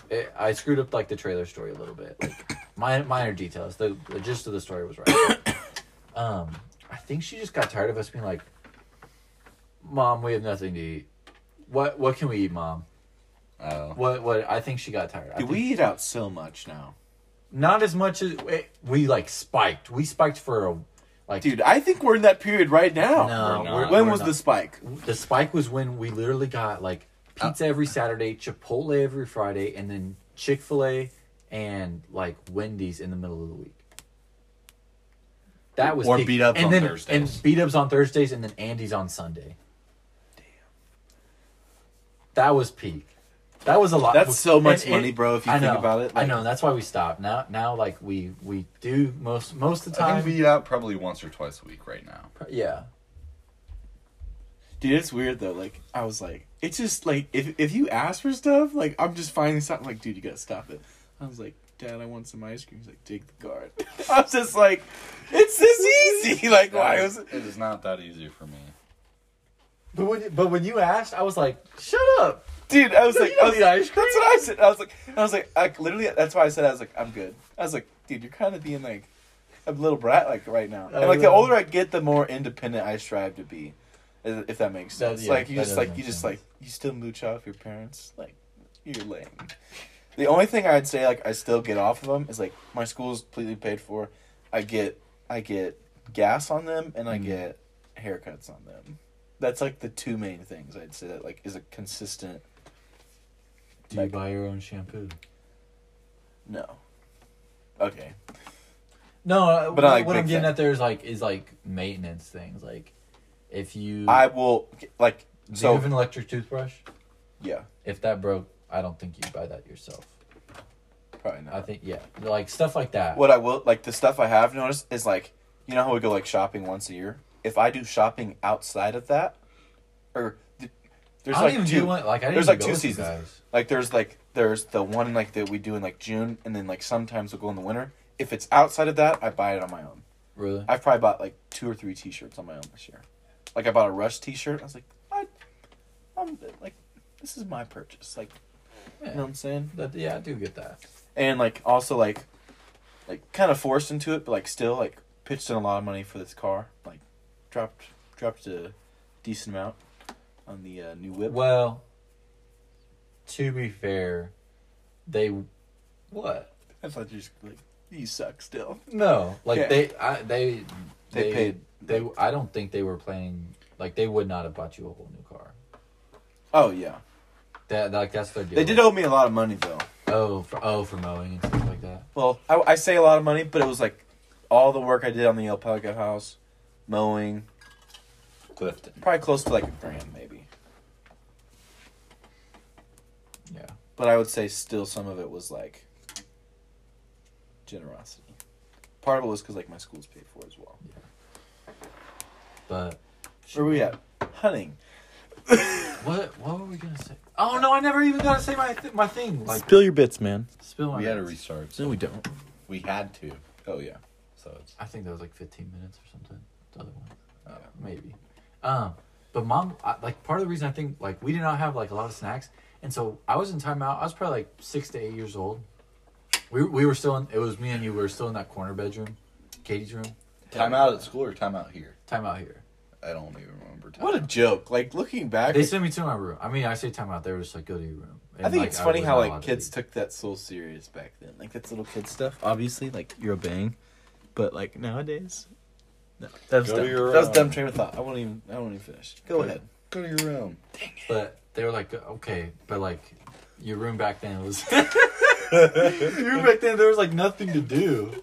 S3: it, I screwed up like the trailer story a little bit, like minor, minor details. The, the gist of the story was right. um, I think she just got tired of us being like, "Mom, we have nothing to eat. What what can we eat, Mom?
S4: oh.
S3: What what?" I think she got tired. I
S2: Dude,
S3: think-
S2: we eat out so much now.
S3: not as much as it, we like spiked. We spiked for a like
S2: Dude, I think we're in that period right now.
S3: No,
S4: we're
S3: we're-
S2: when
S3: we're
S2: was
S3: not.
S2: the spike?
S3: The spike was when we literally got like
S2: Oh.
S3: pizza every Saturday, Chipotle every Friday, and then Chick fil A and like Wendy's in the middle of the week. That was
S4: Or
S3: peak.
S4: beat ups
S3: and
S4: on
S3: then,
S4: Thursdays.
S3: And beat ups on Thursdays and then Andy's on Sunday. Damn. That was peak. That was a lot.
S2: That's so much
S3: and
S2: money, bro, if you
S3: I
S2: think
S3: know,
S2: about it,
S3: I
S2: like-
S3: know. That's why we stopped. Now, now, like we we do most most of the
S4: I
S3: time.
S4: think we eat out probably once or twice a week right now.
S3: yeah.
S2: Dude, it's weird though. Like I was like, it's just like if if you ask for stuff, like I'm just finding something. Like, dude, you gotta stop it. I was like, Dad, I want some ice cream. He's like, dig the card. I was just like, it's this easy. Like, why was it?
S4: it is not that easy for me.
S3: But when but when you asked, I was like, "Shut up."
S2: Dude, I was like,
S3: You don't
S2: I was
S3: need
S2: like-
S3: ice cream.
S2: That's what I said. I was like, I was like, I literally. That's why I said I was like, I'm good. I was like, dude, you're kind of being like a little brat like right now. And
S3: I
S2: like the
S3: know.
S2: older I get, the more independent I strive to be, if if that makes
S3: That-
S2: sense.
S3: yeah,
S2: like you
S3: that
S2: just
S3: does
S2: like
S3: make
S2: you just
S3: sense.
S2: like you still mooch off your parents. Like you're lame. The only thing I'd say like I still get off of them is like my school's completely paid for. I get I get gas on them and I
S3: Mm.
S2: get haircuts on them. That's like the two main things I'd say that like is a consistent
S3: Do you buy your own shampoo?
S2: No. Okay.
S3: No, uh,
S2: But
S3: what,
S2: I like
S3: what
S2: big
S3: I'm getting
S2: fat-
S3: at there is like is like maintenance things. Like if you
S2: I will like
S3: do
S2: so
S3: you have an electric toothbrush?
S2: yeah,
S3: If that broke, I don't think you'd buy that yourself.
S2: probably
S3: I
S2: not.
S3: think yeah, like stuff like that.
S2: What I will like the stuff I have noticed is like you know how we go like shopping once a year? If I do shopping outside of that or th- there's
S3: I don't
S2: like
S3: even
S2: two
S3: do one. Like I didn't
S2: there's
S3: even
S2: like
S3: go
S2: two
S3: with you
S2: seasons.
S3: guys.
S2: Like there's like there's the one like that we do in like June and then like sometimes we'll go in the winter. If it's outside of that, I buy it on my own.
S3: Really?
S2: I've probably bought like two or three T-shirts on my own this year. Like I bought a Rush T-shirt. I was like, I, I I'm like, this is my purchase. Like, you
S3: Yeah,
S2: know what I'm saying?
S3: that, yeah I do get that.
S2: And like also like, like kind of forced into it, but like still like pitched in a lot of money for this car. Like, dropped dropped a decent amount on the uh, new whip.
S3: Well, to be fair, they what?
S2: I thought you just like you suck still.
S3: No, like
S2: Yeah.
S3: they, I, they,
S2: They paid-
S3: They, I don't think they were planning. Like they would not have bought you a whole new car.
S2: Oh yeah,
S3: That like that's their deal.
S2: they did owe me a lot of money though.
S3: Oh, for, oh, for mowing and stuff like that.
S2: Well, I, I say a lot of money, but it was like all the work I did on the alpaca house, mowing,
S4: Clifton.
S2: probably close to like a grand maybe.
S3: Yeah.
S2: But I would say still some of it was like generosity. Part of it was because like my school's paid for as well.
S3: But
S2: Where we at? Hunting.
S3: what what were we gonna say? Oh no, I never even gotta say my th- my thing. Like
S1: Spill your bits, man.
S3: spill my.
S4: We had to
S3: nuts.
S4: restart.
S1: No, we don't.
S4: We had to.
S2: Oh yeah.
S4: So it's
S3: I think that was like 15 minutes or something. The other one, Uh, maybe. Um, but mom, I, like part of the reason I think like we did not have like a lot of snacks, and so I was in timeout. I was probably like six to eight years old. We we were still in. It was me and you. We were still in that corner bedroom, Katie's room.
S4: time out at school or time out here.
S3: Timeout here.
S4: I don't even remember. Time
S2: What a joke! Like looking back,
S3: They sent me to my room. I mean, I say timeout. They were just like, go to your room. And,
S2: I think
S3: like,
S2: it's funny
S3: was
S2: how
S3: not
S2: like
S3: allowed to
S2: kids
S3: leave.
S2: took that so serious back then. Like that's little kid stuff. Obviously, like you're obeying, but like nowadays, no, that was
S4: Go
S2: dumb.
S4: to your
S2: That was
S4: own.
S2: dumb train of thought. I won't even. I won't even finish. Go
S4: Go
S2: ahead.
S4: Go to your room.
S3: But they were like, okay, but like your room back then was your room back then there was like nothing to do,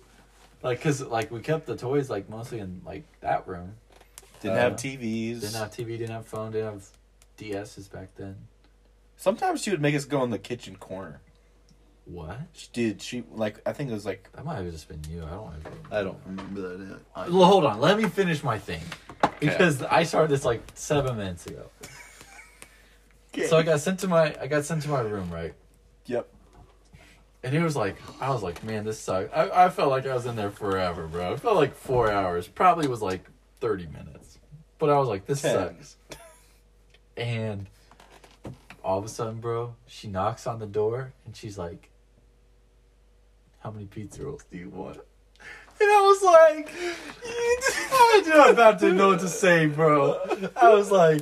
S3: like because like we kept the toys like mostly in like that room.
S2: Didn't
S3: Uh,
S2: have TVs.
S3: Didn't have TV, didn't have phone, didn't have DSs back then.
S2: Sometimes she would make us go in the kitchen corner.
S3: What?
S2: She did. She like I think it was like
S3: That might have just been you. I don't. Have...
S4: I don't remember that.
S3: Well, hold on. Let me finish my thing because I started this like seven minutes ago. So I got sent to my I got sent to my room right.
S2: yep.
S3: And it was like, I was like, man, this sucks. I, I felt like I was in there forever, bro. It felt like four hours. Probably was like 30 minutes. But I was like, this
S2: Ten.
S3: sucks. And all of a sudden, bro, she knocks on the door and she's like, how many pizza rolls do you want? And I was like, I am about to know what to say, bro. I was like,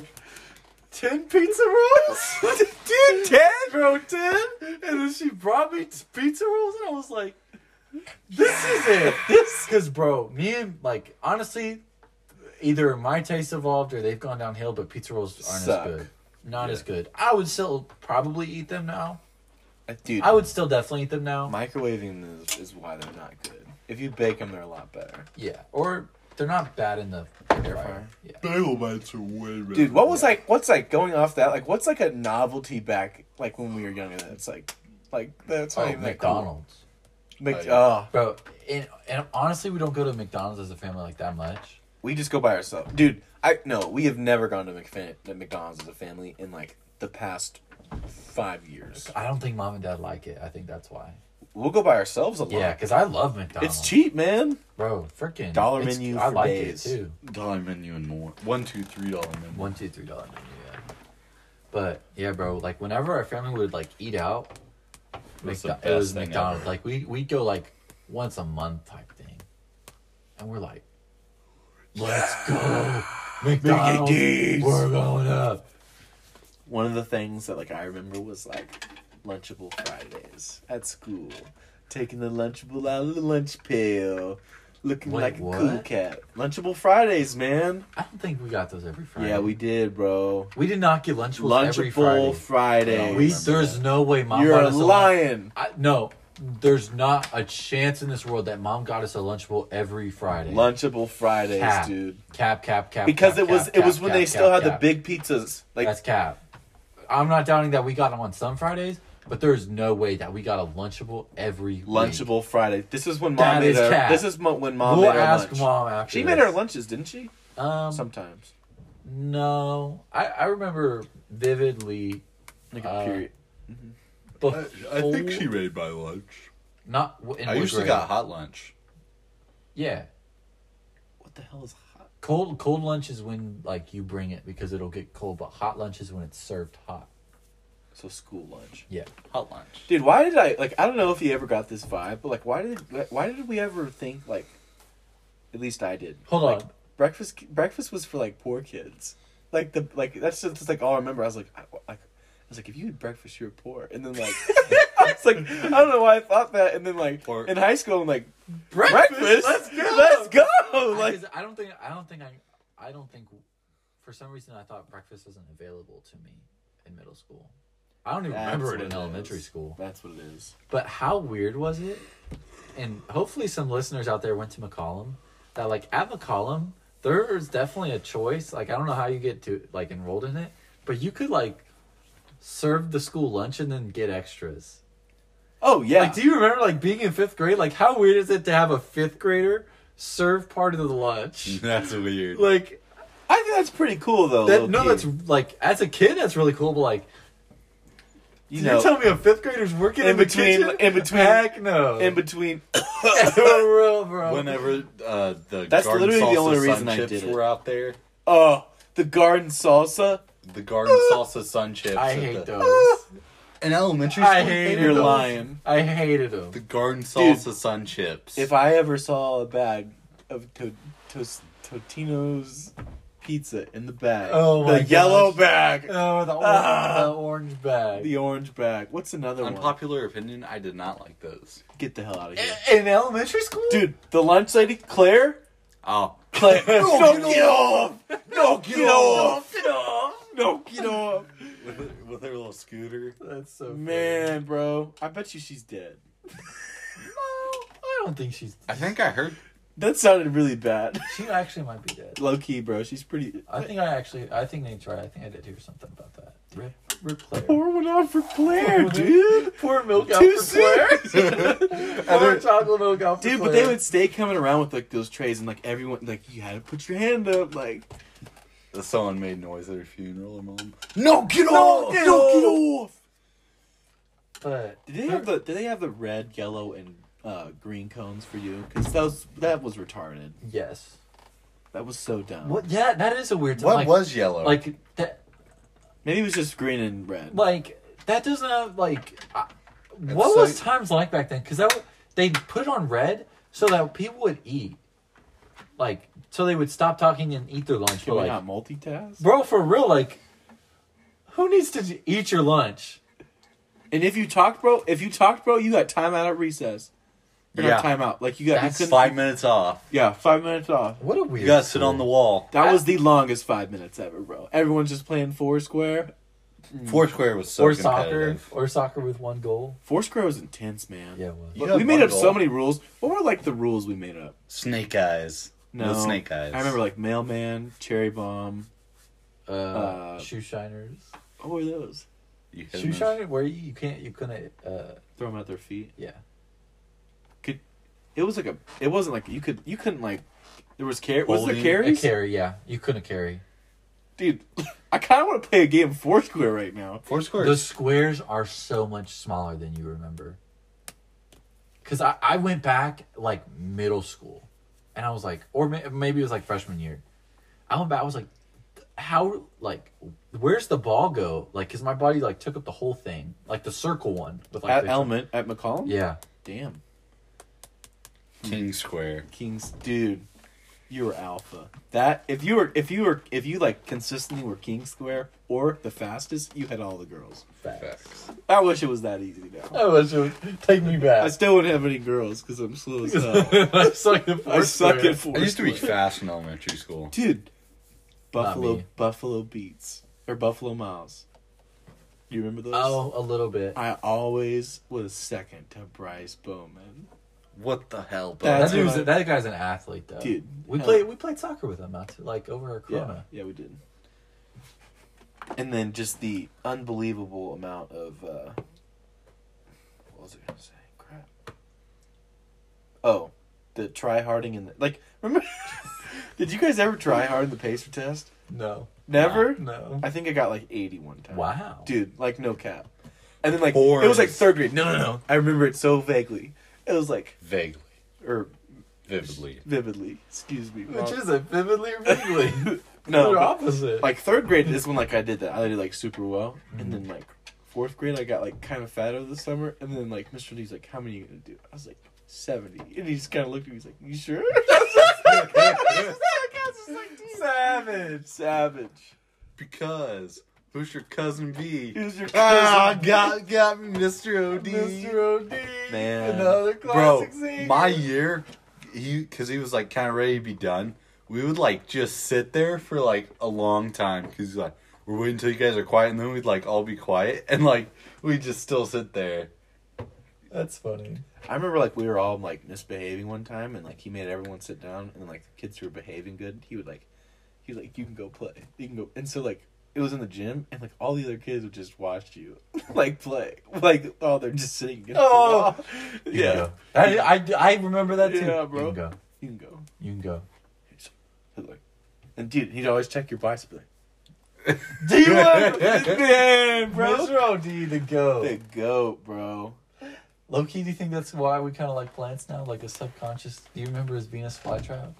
S3: 10 pizza rolls? Dude, 10? Bro, 10? And then she brought me t- pizza rolls, and I was like, this is it. This. Because, bro, me and, like, honestly, either my tastes evolved or they've gone downhill, but pizza rolls aren't
S2: Suck.
S3: as good. Not as good. I would still probably eat them now.
S2: Uh, Dude,
S3: I would still definitely eat them now.
S2: microwaving is, is why they're not good. If you bake them, they're a lot better.
S3: Yeah, or they're not bad in the air fryer.
S2: fryer.
S3: Yeah,
S4: Bagel bites are way better.
S2: Dude, what was like? What's like going off that? Like, what's like a novelty back? Like when we were younger, that's like, like that's not
S3: oh,
S2: even that cool.
S3: McDonald's,
S2: Mc-
S4: Oh, yeah.
S2: oh,
S3: bro. And, and honestly, we don't go to McDonald's as a family like that much.
S2: we just go by ourselves, dude. I no, we have never gone to McFan- to McDonald's as a family in like the past five years.
S3: I don't think mom and dad like it. I think that's why.
S2: We'll go by ourselves a lot.
S3: Yeah, because I love McDonald's.
S2: it's cheap, man.
S3: bro. Freaking
S2: Dollar
S3: it's-
S2: menu
S3: I
S2: for
S3: like
S2: days.
S3: it too.
S4: dollar menu and more? One, two, three dollar menu.
S3: One, two, three dollar menu. Yeah, but yeah, bro. Like whenever our family would like eat out,
S4: That's the
S3: McDo- it
S4: best
S3: was
S4: thing
S3: McDonald's.
S4: ever.
S3: Like we we go like once a month type thing, and we're like, let's go McDonald's.
S2: D's.
S3: We're going up.
S2: One of the things that like I remember was like Lunchable Fridays at school, taking the Lunchable out of the lunch pail, looking
S3: Wait,
S2: like
S3: what?
S2: a cool cat. Lunchable Fridays, man.
S3: I don't think we got those every Friday.
S2: Yeah, we did, bro.
S3: we did not get lunch Lunchables every
S2: Lunchable
S3: Friday.
S2: Fridays.
S3: we there's no way mom.
S2: You're
S3: bought
S2: a
S3: us lunch-
S2: lion.
S3: I, no, there's not a chance in this world that mom got us a Lunchable every Friday.
S2: Lunchable Fridays,
S3: cap,
S2: dude.
S3: Cap, cap, cap.
S2: Because
S3: cap,
S2: it was
S3: cap,
S2: it was
S3: cap,
S2: when
S3: cap,
S2: they still
S3: cap,
S2: had the
S3: cap.
S2: big pizzas. Like
S3: That's cap. I'm not doubting that we got them on some Fridays, but there's no way that we got a Lunchable every Week.
S2: Lunchable Friday. This is when mom
S3: That
S2: made
S3: is
S2: her.
S3: cap.
S2: This is mo- when mom
S3: We'll
S2: made her
S3: ask
S2: lunch.
S3: mom after.
S2: she
S3: this.
S2: made our lunches, didn't she?
S3: Um,
S2: Sometimes.
S3: no, I, I remember vividly.
S2: Like a
S3: Uh,
S2: period.
S4: I,
S3: Before,
S4: I think she made my lunch.
S3: not. In
S4: I
S3: what
S4: usually
S3: grade?
S4: got hot lunch.
S3: Yeah,
S2: What the hell is hot?
S3: Cold cold lunch is when like you bring it because it'll get cold, but hot lunch is when it's served hot.
S2: So school lunch.
S3: Yeah.
S4: Hot lunch.
S2: Dude, why did I like? I don't know if you ever got this vibe, but like, why did like, why did we ever think like? At least I did.
S3: Hold
S2: like,
S3: on.
S2: Breakfast breakfast was for like poor kids. Like the like that's just that's, like all I remember. I was like I, like I was like if you eat breakfast you're poor, and then like I was like I don't know why I thought that, and then like
S4: Poor-
S2: in high school I'm like breakfast, let's go, let's go.
S3: I,
S2: Like
S3: 'cause I don't think I don't think I I don't think for some reason I thought breakfast wasn't available to me in middle school. I don't even
S2: That's
S3: remember it
S2: what
S3: in
S2: it
S3: elementary
S2: is.
S3: school.
S2: that's what it is.
S3: But how weird was it? And hopefully some listeners out there went to McCollum. That like at McCollum, there's definitely a choice. Like I don't know how you get to like enrolled in it, but you could like serve the school lunch and then get extras.
S2: Oh yeah,
S3: Like, do you remember like being in fifth grade? Like, how weird is it to have a fifth grader serve part of the
S2: Mm-hmm.
S3: lunch?
S4: That's weird.
S3: like,
S2: I think that's pretty cool though.
S3: that,
S2: low
S3: no,
S2: key.
S3: that's like as a kid, that's really cool. But like,
S2: you
S3: you
S2: know
S3: tell me a fifth grader's working
S2: In
S3: in, the
S2: between-
S3: kitchen?
S2: in between-
S3: Heck no.
S2: in between.
S3: For real, bro.
S4: Whenever uh, the
S2: That's
S4: garden
S2: literally
S4: salsa
S2: the only
S4: sun
S2: reason I
S4: chips
S2: did it.
S4: were out there,
S2: Oh, the garden salsa.
S4: the garden salsa sun chips.
S3: I
S4: at
S3: hate
S4: the-
S3: those.
S4: An elementary school.
S3: I hated
S2: You're
S3: them.
S2: lying.
S3: I hated them.
S4: The garden salsa sun chips.
S2: If I ever saw a bag of to- Tos- Totino's pizza in the bag,
S3: Oh my
S2: the yellow
S3: gosh.
S2: bag,
S3: Oh, the orange,
S2: Ah.
S3: the orange bag.
S2: the orange bag. What's another one?
S4: Unpopular opinion, I did not like those.
S2: Get the hell out of here,
S3: I- in elementary school,
S2: dude. The lunch lady, Claire.
S4: Oh.
S2: Claire, no,
S4: get
S2: get off! No, get off!
S3: Get off.
S2: No, get off!
S4: With her, with her little scooter.
S3: That's so funny.
S2: Man, bro, I bet you she's dead.
S3: No, I don't think she's.
S4: I think I heard.
S2: That sounded really bad.
S3: She actually might be dead.
S2: Low key, bro. She's pretty.
S3: I think I actually, I think they tried. I think I did hear something about that. Rip, rip Claire.
S2: Pour one out for Claire, dude.
S3: Poor milk out
S2: Too
S3: for
S2: soon.
S3: Claire. Poor
S2: Other-
S3: chocolate milk out for
S2: Dude,
S3: Claire.
S2: but they would stay coming around with like those trays, and like everyone, like you had to put your hand up, like
S4: Someone made noise at her funeral, her mom. No, get off!
S2: get off.
S3: But
S2: Did they have the? Did they have the red, yellow, and uh, green cones for you? Because that was that was retarded.
S3: yes.
S2: That was so dumb.
S3: What? Yeah, that is a weird.
S4: What
S3: like,
S4: was yellow?
S3: like that?
S2: Maybe it was just green and red.
S3: Like that doesn't have like. I, what
S4: It's
S3: was
S4: like-
S3: times like back then? Because that w- they put it on red so that people would eat, like so they would stop talking and eat their lunch.
S2: Can
S3: but,
S2: we not
S3: like,
S2: multitask?
S3: bro, for real, like, who needs to d- eat your lunch?
S2: And if you talked, bro, if you talked, bro, you got time out at recess. Or yeah,
S4: Yeah.
S2: not time out. Like you got you
S3: That's
S2: couldn't-
S4: five minutes off.
S2: Yeah, five minutes off.
S3: What a weird.
S4: You gotta sit
S3: school.
S4: on the wall.
S2: That
S3: I-
S2: was the longest five minutes ever, bro. Everyone's just playing Foursquare.
S4: Foursquare was so
S3: or soccer,
S4: competitive.
S3: or soccer with one goal.
S2: Foursquare was intense, man.
S3: Yeah, it was.
S4: You
S2: But we
S4: had
S2: made
S4: one
S2: up so
S4: goal.
S2: many rules. What were like the rules we made up?
S4: Snake eyes. No, snake eyes.
S2: I remember like mailman, cherry bomb.
S3: Uh,
S2: Uh,
S3: shoe shiners.
S2: What were those?
S4: You hit
S3: Shoe
S4: them.
S3: shiner, where you, you can't, you couldn't. Uh,
S2: Throw them at their feet.
S3: yeah,
S2: It was like a. It wasn't like you could. You couldn't like. There was carry. Was there
S4: Holding-
S3: a
S2: carries?
S3: carry. Yeah, you couldn't carry.
S2: Dude, I kind of want to play a game of Foursquare right now.
S4: Foursquare.
S3: The squares are so much smaller than you remember. Cause I, I went back like middle school, and I was like, or ma- maybe it was like freshman year. I went back. I was like, how like where's the ball go? Like, cause my body like took up the whole thing, like the circle one with like
S2: at
S3: the-
S2: Element at McCollum.
S3: Yeah,
S2: Damn,
S4: King Square.
S2: Kings, dude, you were alpha. That if you were if you were if you like consistently were King Square or the fastest, you had all the girls.
S3: facts.
S2: I wish it was that easy now.
S3: Oh, it's just- take me
S2: I
S3: back.
S2: still wouldn't have any girls because I'm slow as hell.
S3: I suck at
S2: I
S3: four
S2: suck
S3: square.
S2: at four.
S4: I used to be fast in elementary school.
S2: dude. Buffalo
S3: me.
S2: Buffalo Beats or Buffalo Miles. You remember those?
S3: Oh, a little bit.
S2: I always was second to Bryce Bowman.
S4: What the hell,
S3: That,
S2: That's
S4: bud?
S3: dude's,
S2: what I-
S3: that guy's an athlete, though.
S2: Dude,
S3: we
S2: hell.
S3: played we played soccer with him out to, like over at Corona.
S2: Yeah, yeah, we did. And then just the unbelievable amount of uh, what was I gonna say? Crap. Oh, the try harding and the, like remember? did you guys ever try hard in the pacer test?
S3: No,
S2: Never.
S3: no.
S2: I think I got like eighty one time.
S3: Wow,
S2: dude, like no cap. And then like it
S4: Boring.
S2: was like third grade. No, no, no. I remember it so vaguely. It was like
S4: Vaguely.
S2: or
S5: vividly.
S2: vividly. Excuse me.
S3: Which
S2: wrong-
S3: is a vividly vividly.
S2: no,
S3: They're
S2: but,
S3: opposite.
S2: like third grade is when like I did that. I did like super well, and then like fourth grade I got like kind of fat over the summer, and then like Mr. Lee's like, "How many you gonna do?" I was like, 70. and he just kind of looked at me. He's like, "You sure?"
S3: savage.
S2: Savage.
S4: Because who's your cousin B?
S2: Who's your
S4: Ah,
S2: cousin?
S4: got got me, Mr. OD.
S3: Mr. O.D.
S2: Man.
S3: Another
S4: Bro,
S3: classic scene.
S4: my year, he because he was like kind of ready to be done. We would like just sit there for like a long time because like we're waiting until you guys are quiet, and then we'd like all be quiet, and like we just still sit there.
S3: That's funny.
S2: I remember like we were all like misbehaving one time, and like he made everyone sit down, and like the kids who were behaving good, he would like, he was like, "You can go play. You can go." And so like it was in the gym, and like all the other kids would just watch you like play, like oh they're just sitting. against the
S3: Oh.
S2: wall. yeah,
S3: I, I, I remember that too.
S2: Yeah, bro.
S3: You can go.
S2: you can go.
S3: You can go.
S2: He'd, like- and dude, he'd always check your bicep. Like,
S3: D
S2: man,
S3: Mr. O.D. the go.
S2: the goat, bro.
S3: Low key, do you think that's why we kind of like plants now? Like a subconscious. Do you remember his Venus flytrap?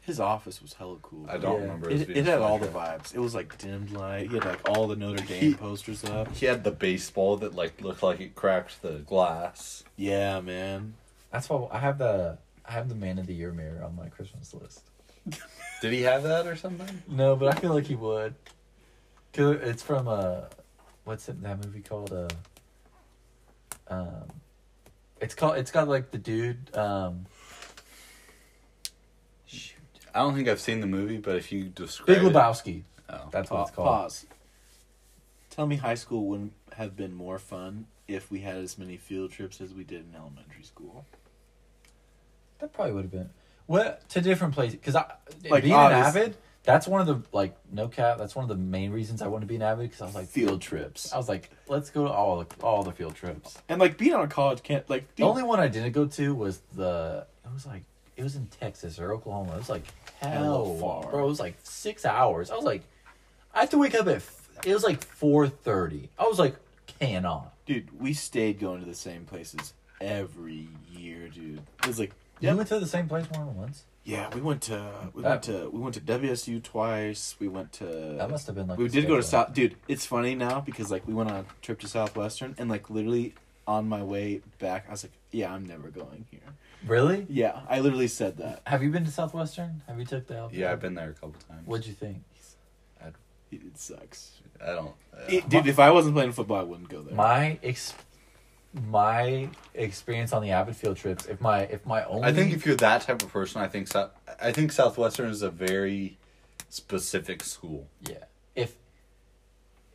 S2: His office was hella cool.
S4: I don't
S3: Yeah.
S4: remember. his
S2: It, it
S4: Venus
S2: had all the
S4: flytrap.
S2: vibes. It was like dimmed light. He had like all the Notre Dame
S4: He-
S2: posters up.
S4: He had the baseball that like looked like it cracked the glass.
S2: Yeah, man.
S3: That's why I have the I have the man of the year mirror on my Christmas list.
S4: Did he have that or something?
S3: No, but I feel like he would. 'Cause it's from uh, what's it, that movie called? Uh, um, it's called. It's got like the dude. Um, shoot,
S4: I don't think I've seen the movie, but if you describe
S3: Big Lebowski.
S4: it, oh.
S3: That's what
S2: Pa-
S3: it's called.
S2: Pause. Tell me high school wouldn't have been more fun if we had as many field trips as we did in elementary school.
S3: That probably would have been. Well, to different places because I
S2: Like,
S3: being an
S2: obvious-
S3: avid. That's one of the like no cap. That's one of the main reasons I wanted to be an avid because I was like
S2: Field trips.
S3: I was like let's go to all the, all the field trips.
S2: And like being on a college camp, like
S3: The
S2: dude,
S3: only one I didn't go to was the. It was like it was in Texas or Oklahoma. It was like hell
S2: Hella far.
S3: bro. It was like six hours. I was like, I had to wake up at. f- It was like four thirty. I was like, cannot.
S2: dude, we stayed going to the same places every year, dude. It was like
S3: You went to the same place more than once.
S2: yeah, we went to we
S3: That-
S2: went to we went to WSU twice. We went to
S3: That must have been like.
S2: we
S3: the
S2: did go to
S3: schedule.
S2: South. Dude, it's funny now because like we went on a trip to Southwestern and like literally on my way back, I was like, yeah, I'm never going here.
S3: Really?
S2: Yeah, I literally said that.
S3: Have you been to Southwestern? Have you took the? LPL?
S4: Yeah, I've been there a couple times.
S3: What'd you think?
S2: It, it sucks.
S4: I don't. Uh,
S2: It- dude, if I wasn't playing football, I wouldn't go there.
S3: My ex, my experience on the avid field trips. If my if my only.
S4: I think if you're that type of person, I think Sou- I think Southwestern is a very specific school.
S3: Yeah. If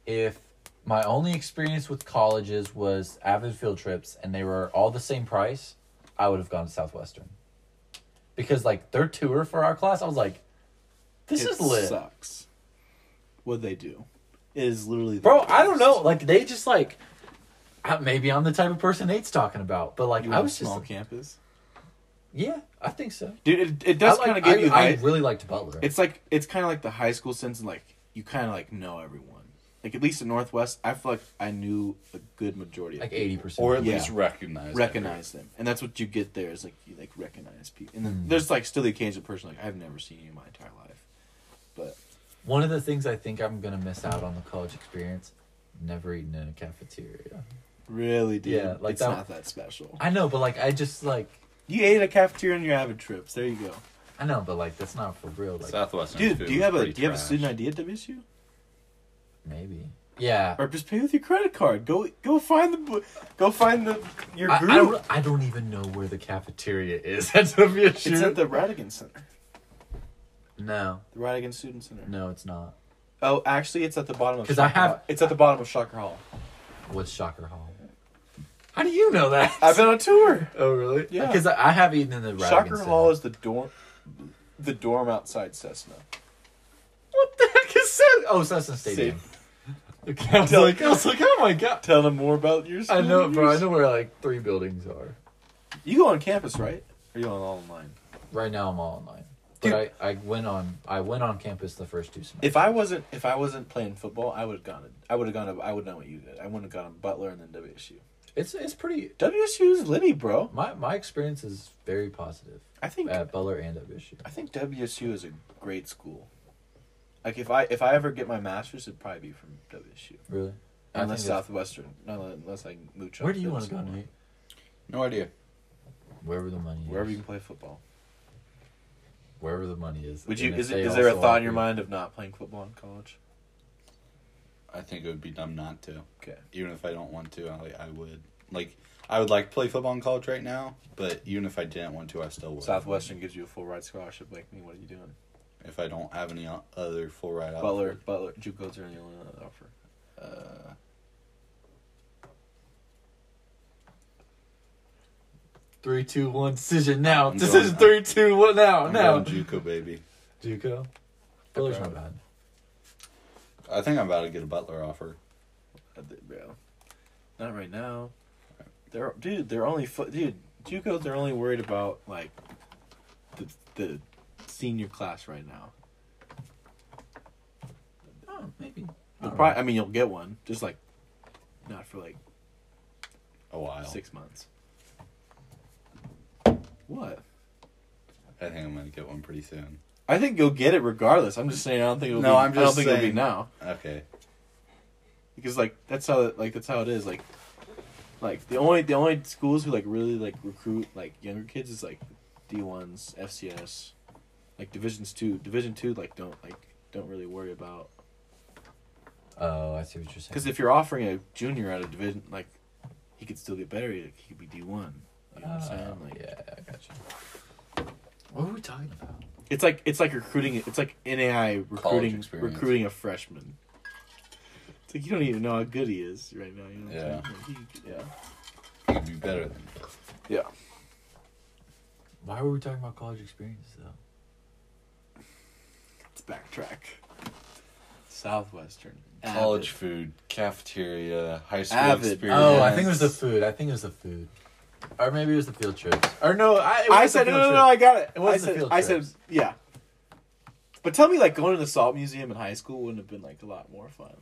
S3: if my only experience with colleges was avid field trips and they were all the same price, I would have gone to Southwestern. Because like their tour for our class, I was like, this
S2: it
S3: is lit.
S2: sucks. What they do It is literally. the
S3: Bro, I don't
S2: worst.
S3: know. Like they just like I- maybe I'm the type of person Nate's talking about, but like
S2: You
S3: I
S2: want a
S3: was just
S2: small
S3: like,
S2: campus,
S3: yeah, I think so.
S2: dude. It, it does
S3: I, like,
S2: kind of give
S3: I,
S2: you.
S3: I
S2: high,
S3: really liked Butler.
S2: it's like it's kind of like the high school sense, and like you kind of like know everyone. Like at least in Northwest, I feel like I knew a good majority of
S3: like
S2: people.
S3: 80%.
S4: Or at
S2: Yeah.
S4: least recognize. it.
S2: recognize them, and that's what you get there is like you like recognize people, and then there's like still the occasional person like I've never seen you in my entire life, but
S3: One of the things I think I'm going to miss out on the college experience, never eating in a cafeteria.
S2: really, dude,
S3: Yeah, like
S2: it's
S3: that-
S2: not that special.
S3: I know, but like I just like
S2: You ate at a cafeteria on your avid trips. There you go,
S3: I know, but like that's not for real. Like
S4: Southwestern.
S2: dude.
S4: food
S2: Do you
S4: was
S2: have a
S4: pretty
S2: do you have a
S4: trash.
S2: student ID at WSU,
S3: maybe. Yeah.
S2: or just pay with your credit card? Go go find the bo- go find the your
S3: I, I,
S2: group.
S3: don't, I don't even know where the cafeteria is. That's a
S2: it's at the Radigan Center,
S3: No,
S2: the Radigan Student Center.
S3: no, it's not.
S2: Oh, actually, it's at the bottom of
S3: 'Cause I
S2: Shocker
S3: have-
S2: Hall. it's at the bottom of Shocker Hall.
S3: What's Shocker Hall? How do you know that?
S2: I've been on tour.
S3: oh really?
S2: Yeah.
S3: Because I, I have eaten in the Radigan
S2: Shocker
S3: Center.
S2: Hall is the dorm, the dorm outside Cessna.
S3: What the heck is that? Oh, Cessna Stadium. Okay, I was like, I was like, oh my god.
S2: Tell them more about your
S3: I
S2: school
S3: know, bro. I
S2: years.
S3: know where like three buildings are.
S2: You go on campus, right? Or you on online?
S3: Right now, I'm all online. But
S2: Dude.
S3: I, I went on I went on campus the first two semesters.
S2: If I wasn't, if I wasn't playing football, I would have gone. To, I would have gone. To, I would know what you did. I wouldn't have gone to Butler and then WSU.
S3: It's it's pretty.
S2: WSU is Liddy, bro.
S3: My my experience is very positive
S2: I think
S3: at Butler and at WSU.
S2: I think WSU is a great school. Like if I if I ever get my master's, it'd probably be from WSU.
S3: Really. I
S2: Unless
S3: think that's-
S2: Southwestern, no, unless I mooch.
S3: Where
S2: off
S3: do you
S2: the
S3: want to go,
S2: school.
S3: Nate?
S4: No idea.
S3: Wherever the money.
S2: Wherever
S3: is.
S2: you can play football.
S3: Wherever the money is.
S2: Would
S3: And
S2: you?
S3: if
S2: Is it?
S3: they
S2: Is there a
S3: also
S2: thought
S3: offer
S2: in your
S3: you-
S2: mind of not playing football in college?
S4: I think it would be dumb not to.
S2: Okay.
S4: Even if I don't want to, I, like, I would. Like, I would like to play football in college right now, but even if I didn't want to, I still would.
S2: Southwestern gives you a full ride scholarship like me. What are you doing?
S4: If I don't have any o- other full ride out.
S2: Butler, Butler, JUCOs are the only one that offer.
S4: Uh,
S3: Three, two, one. Decision now.
S4: I'm
S3: decision
S4: going-
S3: three, two, one. Now,
S4: I'm
S3: now.
S4: going Juco, baby.
S3: JUCO. Butler's not bad.
S4: I think I'm about to get a Butler offer.
S2: Uh, th- Bro, not right now. They're dude. They're only fo- dude. JUCOs are only worried about like the the senior class right now.
S3: Oh, maybe.
S2: You'll
S3: All
S2: probably, I mean, you'll get one, just like not for like
S4: A while.
S2: six months. What?
S4: I think I'm going to get one pretty soon.
S2: I think you'll get it regardless. I'm just saying. I don't think it'll
S4: No,
S2: be.
S4: I'm
S2: I don't
S4: just
S2: think it'll be
S4: saying-
S2: now
S4: Okay.
S2: because like that's how it, like that's how it is. Like, like the only the only schools who like really like recruit like younger kids is like D ones, FCS, like divisions two, division two. Like don't like don't really worry about
S3: Oh, I see what you're saying.
S2: because if you're offering a junior at a division like he could still get better. Like, he could be D one. You know what I'm
S4: Ah,
S2: saying? Like,
S3: Oh, yeah, I got you. What were we talking about?
S2: It's like it's like recruiting. It's like NAI recruiting
S4: experience.
S2: recruiting a freshman. It's like you don't even know how good he is right now. You know what
S4: Yeah.
S2: I'm saying? Like, he- yeah.
S4: It'd be better than
S3: Why were we talking about college experiences though?
S2: Let's backtrack. Southwestern
S4: college
S2: Avid.
S4: food, cafeteria, high school
S2: Avid.
S4: experience.
S3: Oh, I think it was the food. I think it was the food, or maybe it was the field trips. Or no, I, it
S2: I
S3: was the
S2: said no,
S3: field
S2: no, no.
S3: trip.
S2: I got it.
S3: It
S2: I
S3: wasn't the
S2: said
S3: field
S2: I said
S3: trips.
S2: yeah. But tell me, like going to the Salt Museum in high school wouldn't have been like a lot more fun.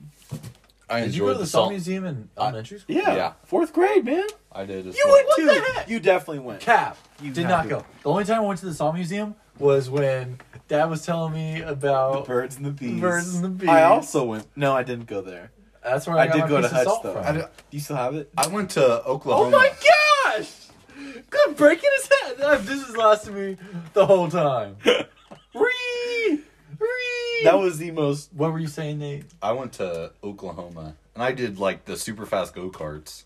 S4: I
S3: Did you
S4: enjoyed
S3: go to the Salt Museum in elementary school?
S2: Yeah,
S4: Yeah.
S2: fourth grade, man.
S4: I did. As
S2: You
S4: well.
S2: went
S3: What
S2: too.
S3: the heck?
S2: You definitely went.
S3: Cap.
S2: You
S3: did
S2: have
S3: not
S2: to.
S3: go. The only time I went to the Salt Museum was when Dad was telling me
S2: The
S3: about.
S2: birds and the bees.
S3: Birds and the
S2: I
S3: bees.
S2: also went. No, I didn't go there.
S3: That's where I,
S2: I
S3: got
S2: did
S3: my
S2: go to
S3: piece of
S2: Hutch
S3: salt
S2: though.
S3: from.
S2: I don't- Do you still have it?
S4: I went to Oklahoma.
S3: Oh my gosh! Good breaking his head. Uh, This is lost to me the whole time. Ree! Ree!
S2: That was the most.
S3: What were you saying, Nate?
S4: I went to Oklahoma, and I did like the super fast go karts,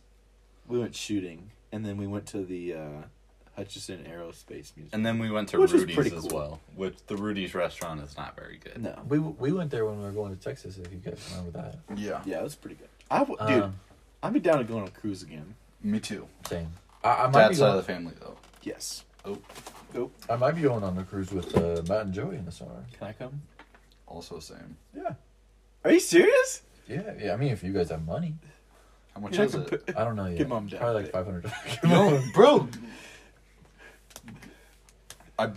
S2: We went shooting, and then we went to the uh, Hutchinson Aerospace Museum.
S4: and then we went to
S2: Which was
S4: Rudy's
S2: pretty
S4: as
S2: cool.
S4: well. Which the Rudy's restaurant is not very good.
S2: No,
S3: We we went there when we were going to Texas. If you guys remember that.
S4: Yeah,
S2: yeah, it was pretty good. I w- dude,
S3: Um,
S2: I'd be down to going on a cruise again.
S4: me too.
S3: same. I, I might
S4: Dad's
S3: be
S4: side
S3: going,
S4: of the family though.
S2: Yes.
S4: Oh,
S2: Oh,
S3: I might be going on a cruise with uh, Matt and Joey in the summer.
S2: can I come?
S4: also same.
S3: Yeah.
S2: Are you serious?
S3: Yeah, yeah. I mean, if you guys have money,
S4: How much
S2: You're
S4: is
S2: not
S4: it?
S2: gonna
S3: I don't know yet.
S2: Mom and Dad
S3: Probably
S2: a
S3: like five hundred dollars.
S4: no, bro. I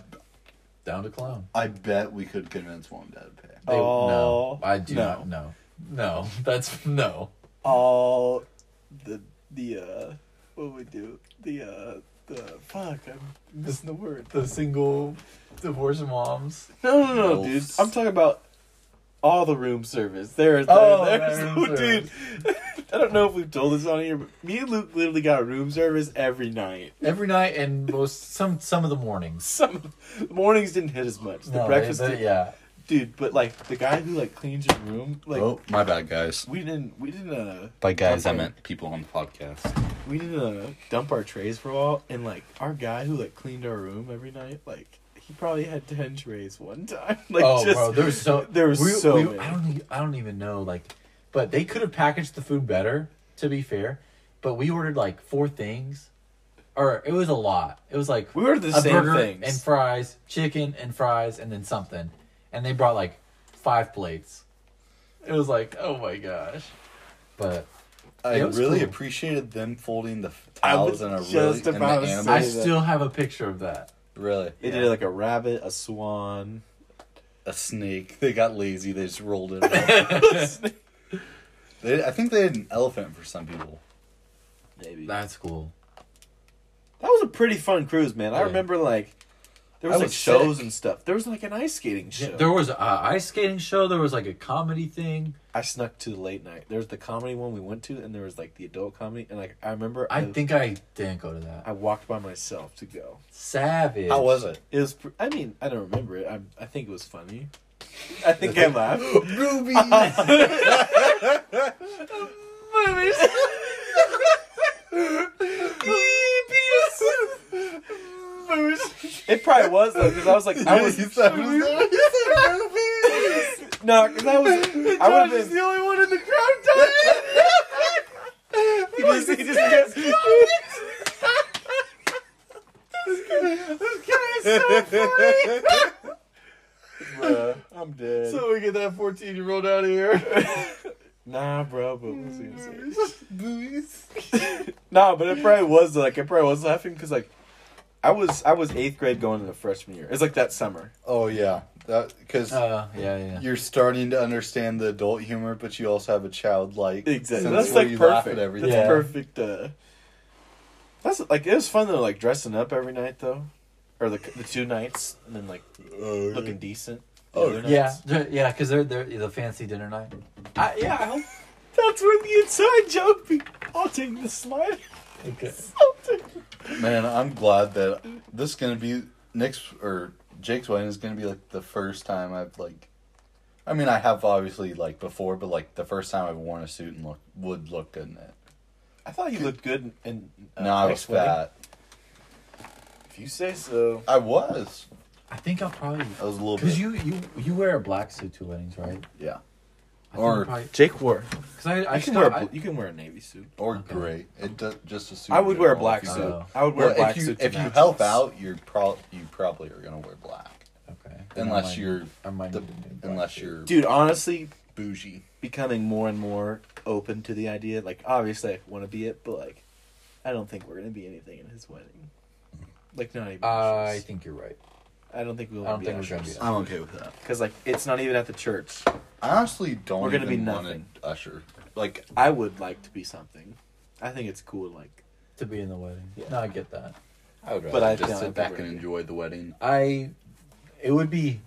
S3: Down to clown.
S4: I bet we could convince mom and dad to pay.
S3: They,
S2: Oh,
S3: no, I do
S2: no.
S3: not. No, no. That's no.
S2: All the the uh, what would we do? The uh, the fuck, I'm missing the word.
S3: The single divorced moms.
S2: No, no, no,
S4: Wolves.
S2: dude. I'm talking about all the room service. There, there,
S3: Oh,
S2: there's
S3: that room
S2: no dude. I don't know if we've told this on here, but me and Luke literally got room service every night.
S3: every night and most some some of the mornings.
S2: Some the mornings didn't hit as much. The
S3: No, they-
S2: breakfast,
S3: they-
S2: did,
S3: yeah.
S2: dude. But like the guy who like cleans your room, like
S4: oh, my bad, guys.
S2: we didn't, we didn't, uh,
S4: By guys, I
S2: Okay.
S4: meant people on the podcast.
S2: we didn't uh, dump our trays for a while. And like our guy who like cleaned our room every night, like he probably had ten trays one time. Like
S3: oh,
S2: just
S3: bro, there was so
S2: there was so many.
S3: I don't e- I don't even know like, but they could have packaged the food better. To be fair, but we ordered like four things, or it was a lot. It was like
S2: we ordered the
S3: a
S2: same
S3: burger
S2: things.
S3: and fries, chicken and fries, and then something, and they brought like five plates. It was like oh my gosh, but
S4: I
S3: It was
S4: really
S3: cool.
S4: appreciated them folding the f-
S2: I
S4: towels
S2: was
S4: and a really
S2: just
S4: and the
S2: about to
S4: animals.
S2: say-
S3: I
S2: that-
S3: still have a picture of that.
S4: Really,
S2: They did like a rabbit, a swan.
S4: a snake. They got lazy. They just rolled it. up. they, I think they had an elephant for some people.
S2: maybe. That
S3: That's cool.
S2: was a pretty fun cruise, man. I
S3: Yeah.
S2: remember like there
S4: I
S2: was, like
S4: was
S2: shows
S4: sick.
S2: and stuff. There was like an ice skating show.
S3: There was a ice skating show. There was like a comedy thing.
S2: I snuck to late night. There was the comedy one we went to, and there was like the adult comedy. And like I remember,
S3: I think I didn't go to that.
S2: I walked by myself to go.
S3: Savage.
S4: How was it?
S2: It was. pr- I mean, I don't remember it. I I think it was funny. I think I laughed.
S4: Ruby!
S2: It probably was though, because I was like, I was
S4: You said Ruby!
S2: no, because I was. I would have been.
S4: only one in the crowd
S2: He just, he just gets,
S4: dying. I'm dead.
S2: we get that fourteen year old out of here. nah, bro. But we'll see, we'll see.
S4: Boobies.
S2: Nah, but it probably was like it probably was laughing because like. I was I was eighth grade going into freshman year. It's like that summer.
S4: Oh yeah, that because
S3: Uh, yeah, yeah.
S4: you're starting to understand the adult humor, but you also have a childlike.
S2: Exactly.
S4: sense
S2: that's
S4: where
S2: like
S4: you laugh
S2: perfect.
S4: at everything.
S2: That's
S3: Yeah.
S2: perfect. Uh, that's like it was fun though, like dressing up every night though, or the the two nights, and then like looking decent. the
S4: Oh,
S2: other
S3: Yeah,
S2: nights.
S3: th- yeah, because they're they're the fancy dinner night. I, yeah, I hope.
S2: That's where the inside joke. Be- I'll take the slide.
S3: Okay.
S2: I'll take-
S4: Oh, Man, I'm glad that this is gonna be Nick's or Jake's wedding is gonna be like the first time I've like. I mean, I have obviously like before, but like the first time I've worn a suit and look would look good in it.
S2: I thought you looked good in. in uh,
S4: no, I was
S2: Nick's wedding.
S4: fat.
S2: If you say so.
S4: I was.
S3: I think I'll probably
S4: I was a little bit.
S3: because you you you wear a black suit to weddings, right?
S4: yeah.
S3: I
S4: Or-
S2: Jake wore.
S3: because I,
S2: I
S3: I
S2: can
S3: still,
S2: wear. a
S3: I-
S2: bl- you can wear a navy suit.
S4: Or
S3: Okay.
S4: gray. It does, just a suit.
S2: I would
S4: in
S2: wear a
S4: general if
S2: black
S4: you
S2: suit.
S4: do.
S3: Oh.
S2: I would wear
S4: Well,
S2: a black
S4: if you
S2: suit. to
S4: if you
S2: match
S4: help
S2: us.
S4: out, you're pro you probably are gonna wear black
S3: okay. Then I
S4: unless
S3: might-
S4: you're
S3: I might
S4: the,
S3: need to do black
S4: unless
S3: suit.
S4: you're
S2: dude. Honestly,
S4: bougie.
S2: becoming more and more open to the idea. Like, obviously, I want to be it, but like, I don't think we're gonna be anything in his wedding. Like, not even.
S3: I
S2: ushers.
S3: think you're right.
S2: I don't think we'll.
S3: I don't
S2: be
S3: think we're gonna be
S4: I'm okay with that.
S2: Because like, it's not even at the church.
S4: I honestly don't.
S2: We're gonna be
S4: even want
S2: nothing.
S4: to Usher. Like
S2: I would like to be something. I think it's cool. Like,
S3: to be in the wedding.
S2: Yeah.
S3: No, I get that.
S4: I would rather
S2: But I don't
S4: just sit
S2: think
S4: back
S2: we're
S4: and
S2: gonna-
S4: enjoy the wedding.
S3: I it would be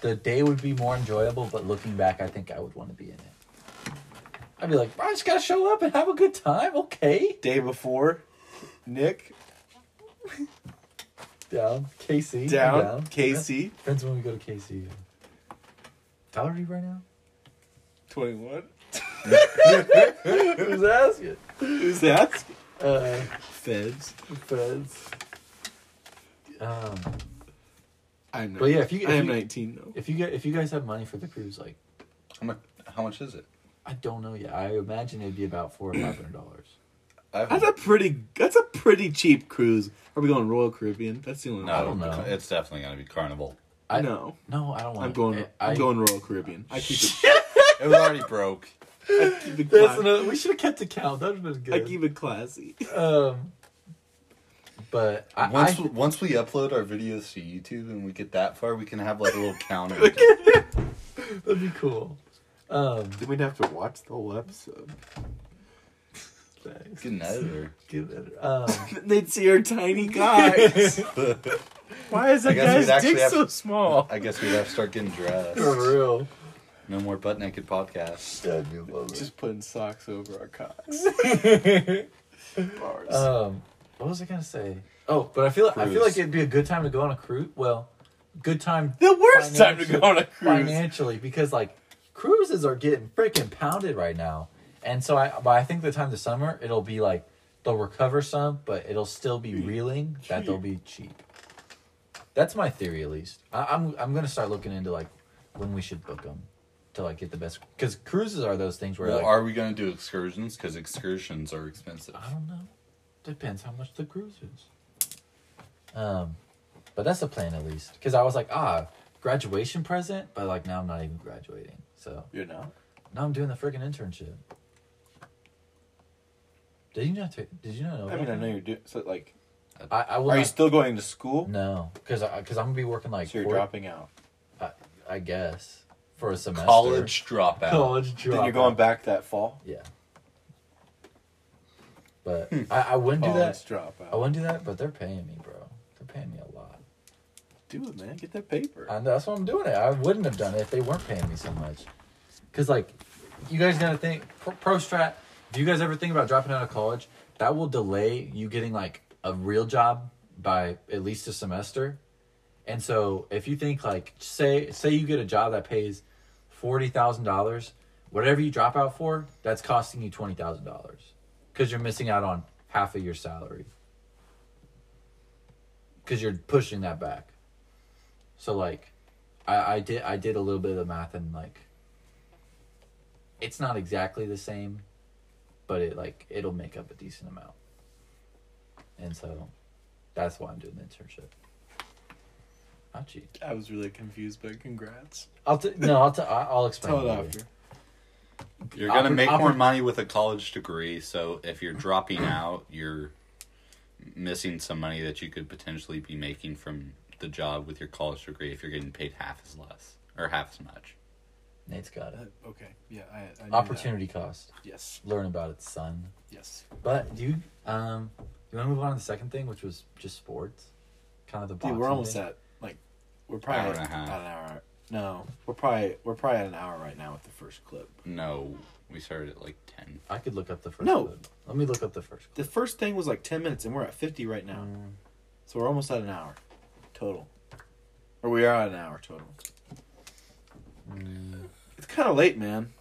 S3: the day would be more enjoyable, but looking back, I think I would want to be in it. I'd be like, I just gotta show up and have a good time, okay?
S2: day before, Nick
S3: Down, KC,
S2: down,
S3: I'm
S2: Casey,
S3: Yeah. Depends when we go to KC. Tyler are you right now?
S2: twenty one.
S3: Who's asking?
S2: Who's that?
S3: Uh,
S2: Feds.
S3: friends. Um,
S2: I'm.
S3: But yeah, if you- if
S2: I am
S3: you-
S2: nineteen though.
S3: if you get if you guys have money for the cruise, like
S4: How much? How much is it?
S3: I don't know yet. I imagine it'd be about four or five hundred dollars.
S4: I haven't-
S2: That's a pretty. That's a pretty cheap cruise. Are we going Royal Caribbean? That's the only.
S4: no,
S3: I don't know.
S4: It's definitely gonna be Carnival.
S3: I
S2: no.
S3: No, I don't want.
S2: I'm going.
S3: I,
S2: I, am going Royal Caribbean. I keep it.
S4: It was already broke.
S2: I keep it,
S3: That's
S2: cla-
S3: another, we should have kept the count. That would have been
S2: I
S3: good.
S2: keep it classy.
S3: um, but I,
S4: Once
S3: I,
S4: we- once we upload our videos to YouTube and we get that far, we can have like a little count. Of
S3: that'd be cool. Um,
S2: Then we'd have to watch the whole episode.
S3: thanks.
S4: Get an editor.
S3: Give it. Um,
S2: They'd see our tiny guys. Why is
S4: I guess we'd
S2: that guy's
S4: actually
S2: dick
S4: have-
S2: so small?
S4: I guess we'd have to start getting dressed.
S3: for real.
S4: No more butt naked podcasts.
S2: Just putting socks over our cocks. Bars.
S3: Um, what was I gonna say? Oh, but I feel I feel
S2: Cruise.
S3: like it'd be a good time to go on a cruise. Well, good time
S2: the worst time to go on a cruise.
S3: financially because like cruises are getting freaking pounded right now, and so I but I think the time the summer it'll be like they'll recover some, but it'll still be reeling that they'll be cheap. That's my theory at least. I, I'm I'm gonna start looking into like when we should book them to like get the best because cruises are those things where
S4: Well,
S3: like,
S4: are we going to do excursions? Because excursions are expensive.
S3: I don't know. Depends how much the cruise is. Um, but that's the plan at least. Because I was like, ah, graduation present, but like now I'm not even graduating. So
S2: You know?
S3: now I'm doing the freaking internship. Did you not? ta- did you not know?
S2: I mean,
S3: about
S2: I know
S3: that?
S2: you're doing. So, like,
S3: I, I will.
S2: are you
S3: not-
S2: still going to school?
S3: No, because I because I'm gonna be working like
S2: so you're
S3: four-
S2: dropping out.
S3: I, I guess for a semester.
S4: College dropout.
S3: College drop.
S2: Then you're going back that fall.
S3: Yeah. But I, I wouldn't do
S2: Hmm. College
S3: that.
S2: dropout.
S3: I wouldn't do that, but they're paying me, bro. They're paying me a lot.
S2: do it, man. Get that paper.
S3: And that's why I'm doing it. I wouldn't have done it if they weren't paying me so much. Because, like, you guys gotta think, pro, pro strat, if you guys ever think about dropping out of college, that will delay you getting, like, a real job by at least a semester. And so if you think, like, say, say you get a job that pays $40,000, whatever you drop out for, that's costing you $20,000. Because you're missing out on half of your salary. Because you're pushing that back. So like, I I did I did a little bit of math and like, it's not exactly the same, but it like it'll make up a decent amount. And so, that's why I'm doing the internship. Not cheat.
S2: I was really confused, but congrats.
S3: I'll t- no. I'll t- I- I'll explain.
S2: Tell it
S3: later.
S2: after.
S4: You're gonna
S3: Oppor-
S4: make more
S3: oppor-
S4: money with a college degree, so if you're dropping out, you're missing some money that you could potentially be making from the job with your college degree if you're getting paid half as less or half as much.
S3: Nate's got
S2: Uh,
S3: it.
S2: okay. Yeah. I, I knew that.
S3: Opportunity cost.
S2: Yes.
S3: Learn about it, son.
S2: Yes.
S3: But do you um you want to move on to the second thing, which was just sports, kind of the boxing.
S2: Dude, we're almost
S3: thing?
S2: at like we're probably
S4: Hour and a half.
S2: at an hour. No, we're probably we're probably at an hour right now with the first clip.
S4: No, we started at like ten.
S3: I could look up the first.
S2: No.
S3: clip. Let me look up the first.
S2: The first thing was like ten minutes, and we're at fifty right now.
S3: Mm.
S2: So we're almost at an hour total, or we are at an hour total. It's kind of late, man.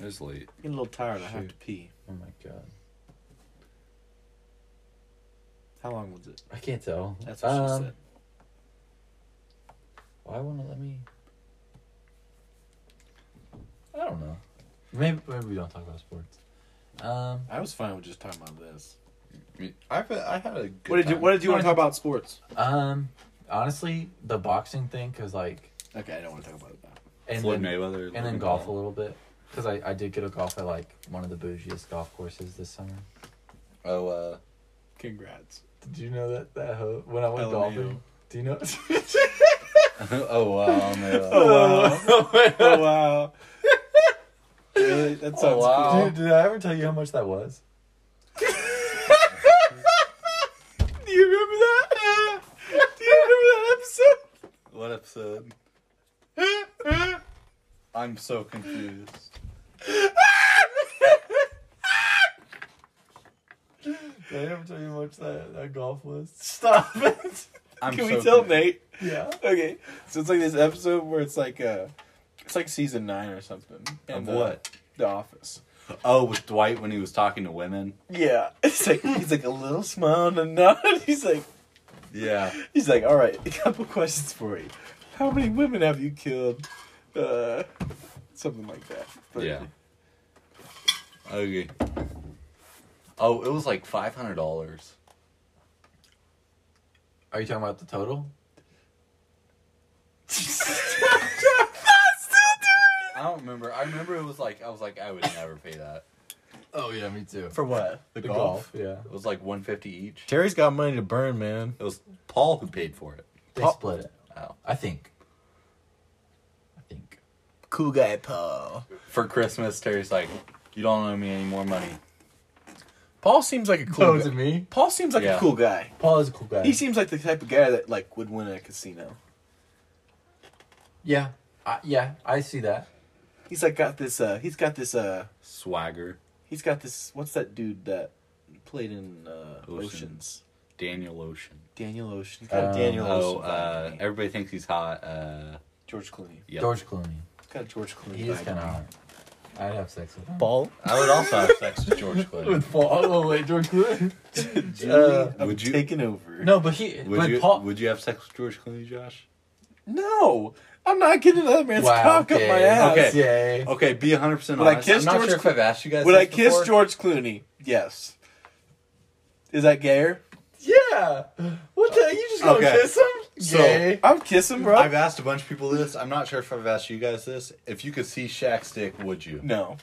S4: It was late.
S2: I'm getting a little tired. I have
S3: Shoot.
S2: to pee.
S3: Oh my god.
S2: How long was it?
S3: I can't tell.
S2: That's what
S3: um,
S2: she said.
S3: Why won't it let me? I don't know. Maybe maybe we don't talk about sports. Um,
S2: I was fine with just talking about this.
S4: I mean, I've, I had a good
S2: What did you
S4: time.
S2: What did you want to
S3: No, I-
S2: talk about? Sports.
S3: um, honestly, the boxing thing, cause like,
S2: Okay, I don't want to talk about that.
S3: and
S4: Floyd
S3: then,
S4: Mayweather
S3: and then
S4: Logan
S3: golf a
S4: Paul.
S3: little bit, cause I I did get a golf at like one of the bougiest golf courses this summer.
S4: Oh, uh,
S2: Congrats.
S3: Did you know that that ho- when I went
S2: LMAO.
S3: golfing? Do you know?
S4: oh wow, Mayweather.
S2: Oh wow. really? That sounds
S4: Oh, wow.
S2: cool.
S3: Dude, did I ever tell you how much that was?
S2: Do you remember that? Do you
S4: What episode?
S2: remember that episode?
S4: I'm so confused.
S3: Did I ever tell you how much that, that golf was? Stop it.
S4: I'm
S2: Can
S4: so
S2: we tell
S4: confused.
S2: Nate?
S3: Yeah.
S2: Okay. So it's like this episode where it's like uh it's like season nine or something. And, uh,
S4: what?
S2: The Office.
S4: Oh, with Dwight when he was talking to women.
S2: Yeah. It's like he's like a little smile and a nod. He's like
S4: Yeah.
S2: he's like, Alright, a couple questions for you. How many women have you killed? Uh something like that. But-
S4: Yeah. Okay. Oh, it was like five hundred dollars.
S3: Are you talking about the total?
S4: I don't remember. I remember it was like I was like I would never pay that.
S3: Oh yeah, me too.
S2: For Oh. what?
S4: The,
S3: golf, yeah.
S4: It was like one fifty each.
S2: Terry's got money to burn, man.
S4: It was Paul who paid for it.
S3: They
S2: Paul-
S3: split it.
S4: Oh.
S3: I think. I think.
S2: Cool guy, Paul.
S4: For Christmas, Terry's like, you don't owe me any more money.
S2: Paul seems like a cool. guy.
S3: me?
S2: Paul seems like a
S4: Yeah.
S2: cool guy.
S3: Paul is a cool guy.
S2: He seems like the type of guy that like would win at a casino.
S3: yeah. I, yeah, I see that.
S2: He's like got this. uh He's got this. uh
S4: Swagger,
S2: He's got this. What's that dude that played in uh,
S4: Ocean.
S2: Oceans?
S4: Daniel Ocean.
S2: Daniel Ocean. He's got a
S3: Um,
S2: Daniel Ocean.
S4: Oh, uh,
S2: vibe to me.
S4: everybody thinks he's hot. Uh,
S2: George Clooney.
S4: yeah.
S3: George Clooney.
S2: He's got a George Clooney.
S3: He is
S2: vibe to
S3: kind of
S2: me.
S3: hot. I'd have sex with him.
S1: Ball.
S4: I would also have sex with George Clooney.
S3: Paul. Oh wait, George Clooney.
S2: Uh, I'm
S4: Would you-
S2: taking over?
S3: No, but he.
S4: Would
S3: but
S4: you?
S3: Paul.
S4: Would you have sex with George Clooney, Josh?
S2: no, I'm not getting another man's
S3: wow.
S2: cock up my ass.
S4: Okay.
S3: Yay.
S4: Okay, be 100%
S2: Would I
S4: honest.
S2: kiss
S4: I'm not
S2: George
S4: sure if I've asked you guys
S2: Would I
S4: this
S2: kiss
S4: before.
S2: George Clooney? Yes. Is that gayer?
S3: Yeah. What the? You just
S4: gonna Okay. kiss
S3: him?
S4: So- Yay.
S2: I'm kissing, bro.
S4: I've asked a bunch of people this. I'm not sure if I've asked you guys this. If you could see Shaq's dick, would you?
S2: No.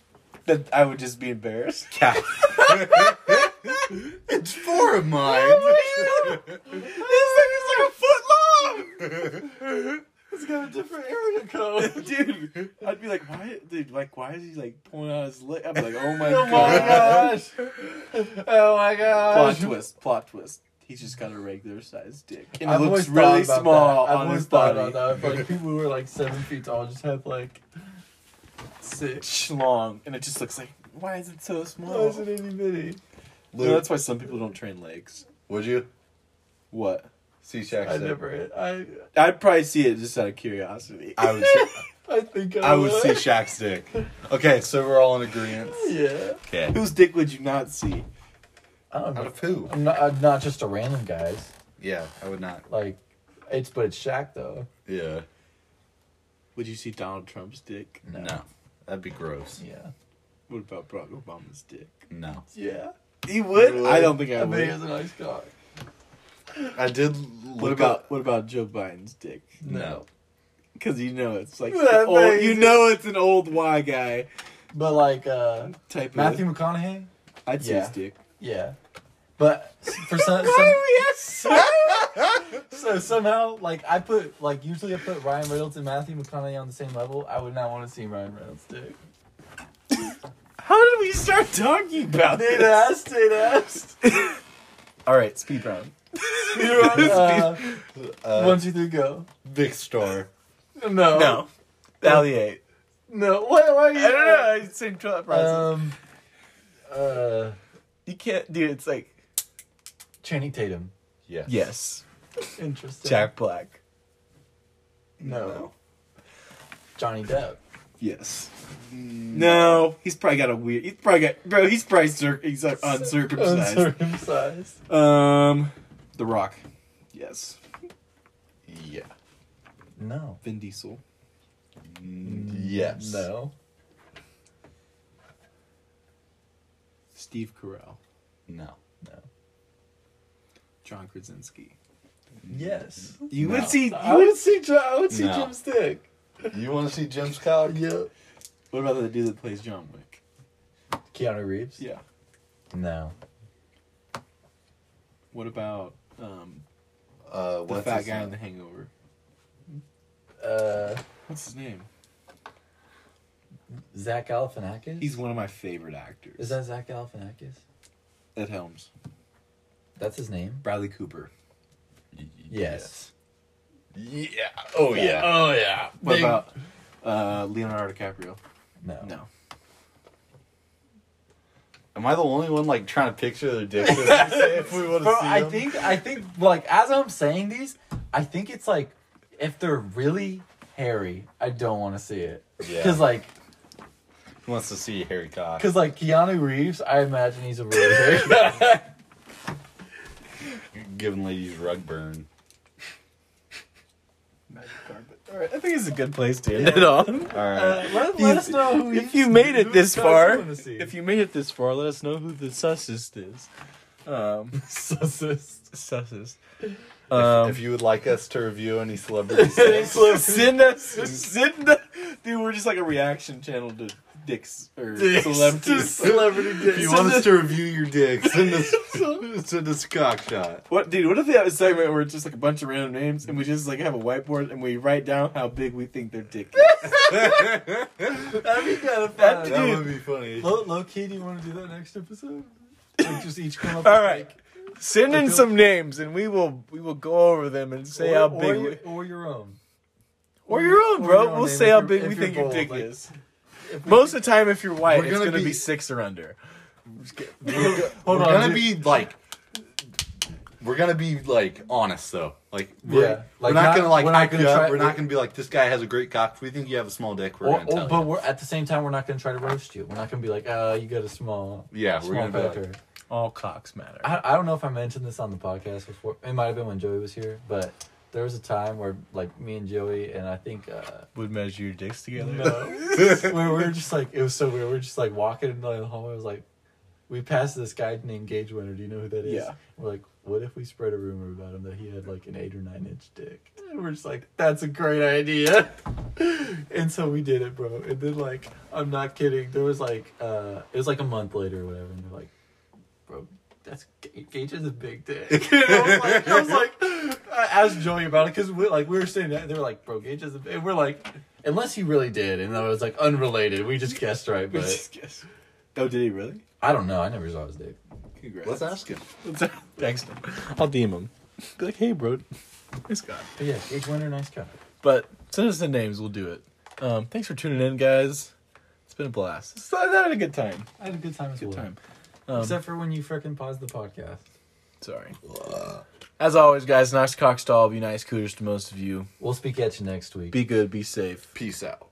S2: That I would just be embarrassed.
S4: Yeah. it's four of mine.
S2: this thing is like a foot long! It's got a different
S3: area code.
S2: dude. I'd be like, why? Dude, like, why is he like pulling out his lip? I'd be like, oh my
S3: Oh my
S2: god.
S3: gosh. Oh my
S2: Plot
S3: gosh.
S2: twist. Plot twist. He's just got a regular sized dick, and
S3: I've
S2: it looks
S3: always thought
S2: really
S3: about
S2: small
S3: that. I've
S2: on
S3: always
S2: his
S3: thought
S2: body.
S3: about that. But like, people who were like seven feet tall just had like six.
S2: Schlong, and it just looks like, why is it so small?
S3: Why is it itty bitty?
S2: No, that's why some people don't train legs.
S4: would you
S2: What?
S4: see Shaq?
S3: I
S4: said-
S3: never. I.
S2: I'd probably see it just out of curiosity.
S4: I would. See,
S3: I think I,
S4: I would see Shaq's dick. Okay, so we're all in agreement.
S3: Yeah.
S4: Okay.
S2: Whose dick would you not see?
S3: I don't
S4: Out
S3: know.
S4: of who?
S3: I'm not, I'm not just a random guys.
S4: Yeah, I would not.
S3: Like, it's but it's Shaq though.
S4: Yeah.
S2: Would you see Donald Trump's dick?
S4: No. That'd be gross.
S3: Yeah.
S2: What about Barack Obama's dick?
S4: No.
S3: Yeah.
S2: He would.
S4: You would?
S2: I don't think I,
S3: I
S2: would.
S3: think it's a nice cock.
S4: I did look
S2: what about
S4: up-
S2: what about Joe Biden's dick?
S4: No.
S2: Because you know it's like
S3: That
S2: the old,
S3: thing
S2: you
S3: is-
S2: know it's an old Y guy
S3: But like uh
S2: type. of-
S3: Matthew McConaughey.
S2: I'd see
S3: Yeah.
S2: his dick.
S3: Yeah. But for some, some
S2: yes.
S3: so somehow like I put like usually I put Ryan Reynolds and Matthew McConaughey on the same level. I would not want to see Ryan Reynolds dick.
S2: How did we start talking about
S3: They
S2: this?
S3: asked, they asked.
S2: All right, speed round.
S3: uh,
S4: uh,
S3: one, two, three, go.
S4: Vic Star?
S3: No,
S2: No, Valiate.
S3: no. Why, why are you?
S2: I don't know. It's the same thought process.
S3: Um, uh,
S2: you can't, dude. It's like
S3: Channing Tatum.
S4: Yes.
S2: yes,
S3: Interesting.
S2: Jack Black.
S3: No. Johnny Depp.
S2: Yes. Mm. No, he's probably got a weird. He's probably got bro. He's probably cir- he's like uncircumcised.
S3: Uncircumcised.
S2: Um, The Rock. Yes.
S4: Yeah.
S3: No.
S2: Vin Diesel.
S4: Yes.
S3: Mm. No.
S2: Steve Carell.
S4: No.
S2: John Krasinski.
S3: Yes.
S2: You
S4: No.
S2: would see.
S3: I would see. Jo- I would see
S4: No.
S3: Jim Stick.
S4: You want to see Jim's cock?
S3: Yeah.
S2: What about the dude that plays John Wick?
S3: Keanu Reeves.
S2: Yeah.
S3: No.
S2: What about um
S4: Uh,
S2: the
S4: what's
S2: fat
S4: his
S2: guy in
S4: name?
S2: The Hangover?
S3: Uh,
S2: What's his name?
S3: Zach Galifianakis.
S2: He's one of my favorite actors.
S3: Is that Zach Galifianakis?
S2: Ed Helms?
S3: That's his name.
S2: Bradley Cooper.
S3: Yes.
S4: Yeah. Oh yeah.
S3: Oh yeah.
S2: What about uh, Leonardo DiCaprio?
S3: No.
S2: No.
S4: Am I the only one like trying to picture their dick? if we want to
S3: Bro,
S4: see
S3: I
S4: them?
S3: think I think like as I'm saying these, I think it's like if they're really hairy, I don't want to see it.
S4: Yeah.
S3: Cause like,
S4: Who wants to see Harry cock?
S3: cause like Keanu Reeves, I imagine he's a really hairy guy.
S4: Giving ladies rug burn.
S2: Magic carpet. All right, I think it's a good place to end it on.
S4: All right.
S3: Uh, let, let us know who
S2: if you made it
S3: who
S2: this
S3: does you
S2: far,
S3: wanna see.
S2: if you made it this far, let us know who the sussest is. Um,
S3: sussist.
S2: sussest.
S4: If-
S2: Um,
S4: if, you would like us to review any celebrities,
S2: send us, send us, dude. We're just like a reaction channel to dicks or celebrities.
S3: celebrity
S4: if you want us to review your dick, send us send us a cock shot.
S2: What, dude? What if they have a segment where it's just like a bunch of random names, and we just like have a whiteboard and we write down how big we think their dick is?
S4: that
S3: That'd be kind of
S2: That'd
S3: fun.
S2: be-
S4: would be funny.
S3: Low, low key, do you want to do that next episode? Like just each come up.
S2: All
S3: with,
S2: right,
S3: like,
S2: send in
S3: Okay.
S2: some names, and we will we will go over them and say
S3: or,
S2: how
S3: or
S2: big. we-
S3: your- or your own.
S2: Or your own,
S3: Or
S2: bro.
S3: your own
S2: we'll
S3: name
S2: say
S3: if
S2: how
S3: you're-
S2: big
S3: if
S2: we
S3: you're
S2: think your
S3: bold,
S2: dick
S3: like-
S2: is.
S3: If we
S2: Most of the time, if you're white,
S4: We're
S2: it's
S4: gonna
S2: gonna be
S4: be-
S2: six or under.
S4: We're
S3: Hold on,
S4: gonna
S3: dude.
S4: be like, we're gonna be like honest though. Like, we're,
S3: Yeah,
S4: we're
S3: like,
S4: not,
S3: not-
S4: gonna like
S3: we're not
S4: hype
S3: gonna
S4: you up.
S3: try-
S4: We're not gonna be like this guy has a great cock. If we think you have a small dick, we're
S3: Or,
S4: gonna
S3: or,
S4: tell
S3: but
S4: you.
S3: we're at the same time we're not going to try to roast you. We're not going to be like, uh, you got a small,
S4: Yeah, we're
S3: small
S4: gonna be like-
S3: factor.
S2: All cocks matter.
S3: I, I don't know if I mentioned this on the podcast before. It might have been when Joey was here, but there was a time where like me and Joey and I think uh,
S2: would measure your dicks together.
S3: we were just like it was so weird. We were just like walking in the hallway. I was like, we passed this guy named Gage Winner. Do you know who that is?
S2: Yeah.
S3: We're like, what if we spread a rumor about him that he had like an eight or nine inch dick? And we're just like, that's a great idea. and so we did it, bro. And then like, I'm not kidding. There was like, uh, it was like a month later or whatever, and they're like, bro. That's Ga- Gage has a big dick. And I was like, I was like, I asked Joey about it because we like we were saying that they were like, bro, Gage doesn't. And we're like, unless he really did, and I was like, unrelated. We just guessed right, but
S2: Yes. Oh, did he really?
S3: I don't know. I never saw his dick.
S2: Congrats.
S4: Let's ask him.
S2: Thanks. I'll DM him. Be like, hey, bro. Nice guy.
S3: But yeah, Gage Winter, nice guy.
S2: But send us the names. We'll do it. Um, thanks for tuning in, guys. It's been a blast. It's, I had a good time.
S3: I had a good time as
S2: Good
S3: well.
S2: time.
S3: Except for when you frickin' paused the podcast.
S2: Sorry. As always, guys, Knox Cox to all of you. Nice cooters to most of you.
S3: We'll speak at you next week.
S2: Be good. Be safe.
S4: Peace out.